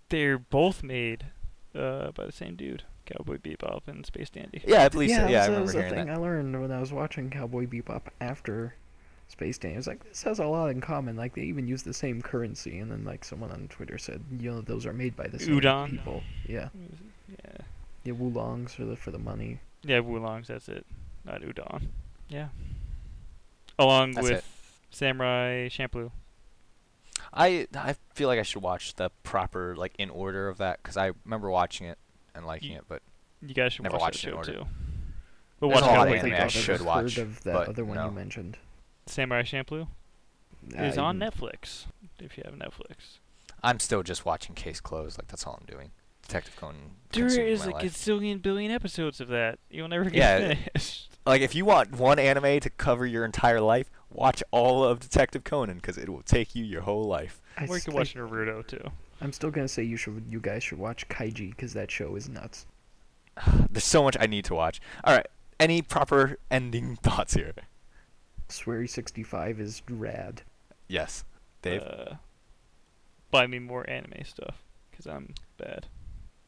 B: They're both made uh, by the same dude, Cowboy Bebop and Space Dandy.
A: Yeah, I believe so.
C: that
A: Yeah, I
C: was, that was
A: remember
C: the
A: hearing
C: thing
A: that.
C: I learned when I was watching Cowboy Bebop after Space Dandy. I was like, this has a lot in common. Like they even use the same currency. And then like someone on Twitter said, you know, those are made by the same
B: Udon.
C: people. Yeah,
B: Yeah.
C: yeah, wulongs for the for the money.
B: Yeah, Wulongs, that's it. Not Udon. Yeah. Along
A: That's
B: with
A: it.
B: Samurai Champloo.
A: I I feel like I should watch the proper like in order of that because I remember watching it and liking
B: Ye-
A: it, but
B: You guys should
A: Never
B: watch that
A: watched it in
B: show
A: order.
B: too. But
A: There's
B: watch
A: a lot of
B: Cowboy
C: I don't
A: anime
C: think
A: I
B: Bebop.
C: I've
A: should
C: ever
A: watch,
C: Heard of that
A: but
C: other one
A: no.
C: you mentioned?
B: Samurai Champloo
A: Uh,
B: is
C: I-
B: on Netflix. If you have Netflix.
A: I'm still just watching Case Closed. Like that's all I'm doing. Detective Conan.
B: There
A: consumes
B: is
A: my
B: a
A: life.
B: gazillion billion episodes of that. You'll never get
A: Yeah.
B: [LAUGHS] finished.
A: like if you want one anime to cover your entire life, watch all of Detective Conan because it will take you your whole life. [SIGHS]
C: I
B: Or you
C: s-
B: can
C: I-
B: watch Naruto too.
C: I'm still gonna say you should, you guys should watch Kaiji because that show is nuts.
A: There's so much I need to watch. All right, any proper ending [LAUGHS] thoughts here?
C: Swery65 is rad.
A: Yes, Dave.
B: Uh, buy me more anime stuff, because I'm bad.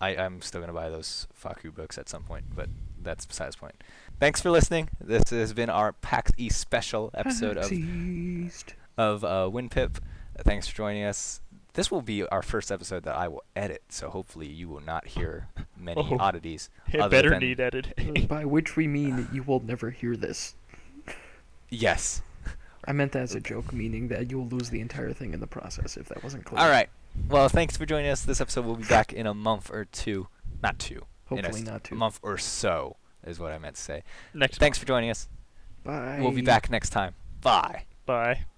A: I, I'm still gonna buy those Faku books at some point, but that's besides the point. Thanks for listening. This has been our PAX East special episode
C: Pax E.
A: of
C: East.
A: of uh, WinPip. Thanks for joining us. This will be our first episode that I will edit, so hopefully you will not hear many
B: Oh.
A: oddities.
B: It
A: other
B: better
A: than- [LAUGHS]
B: need editing.
C: by which we mean that you will never hear this.
A: Yes.
C: I meant that as a joke, meaning that you'll lose the entire thing in the process if that wasn't clear.
A: All right. Well, thanks for joining us. This episode will be back in a month or two. Not two. In a
C: Hopefully
A: s-
C: not two.
A: month or so is what I meant to say.
B: Next.
A: Thanks for joining us.
C: Bye.
A: We'll be back next time. Bye.
B: Bye.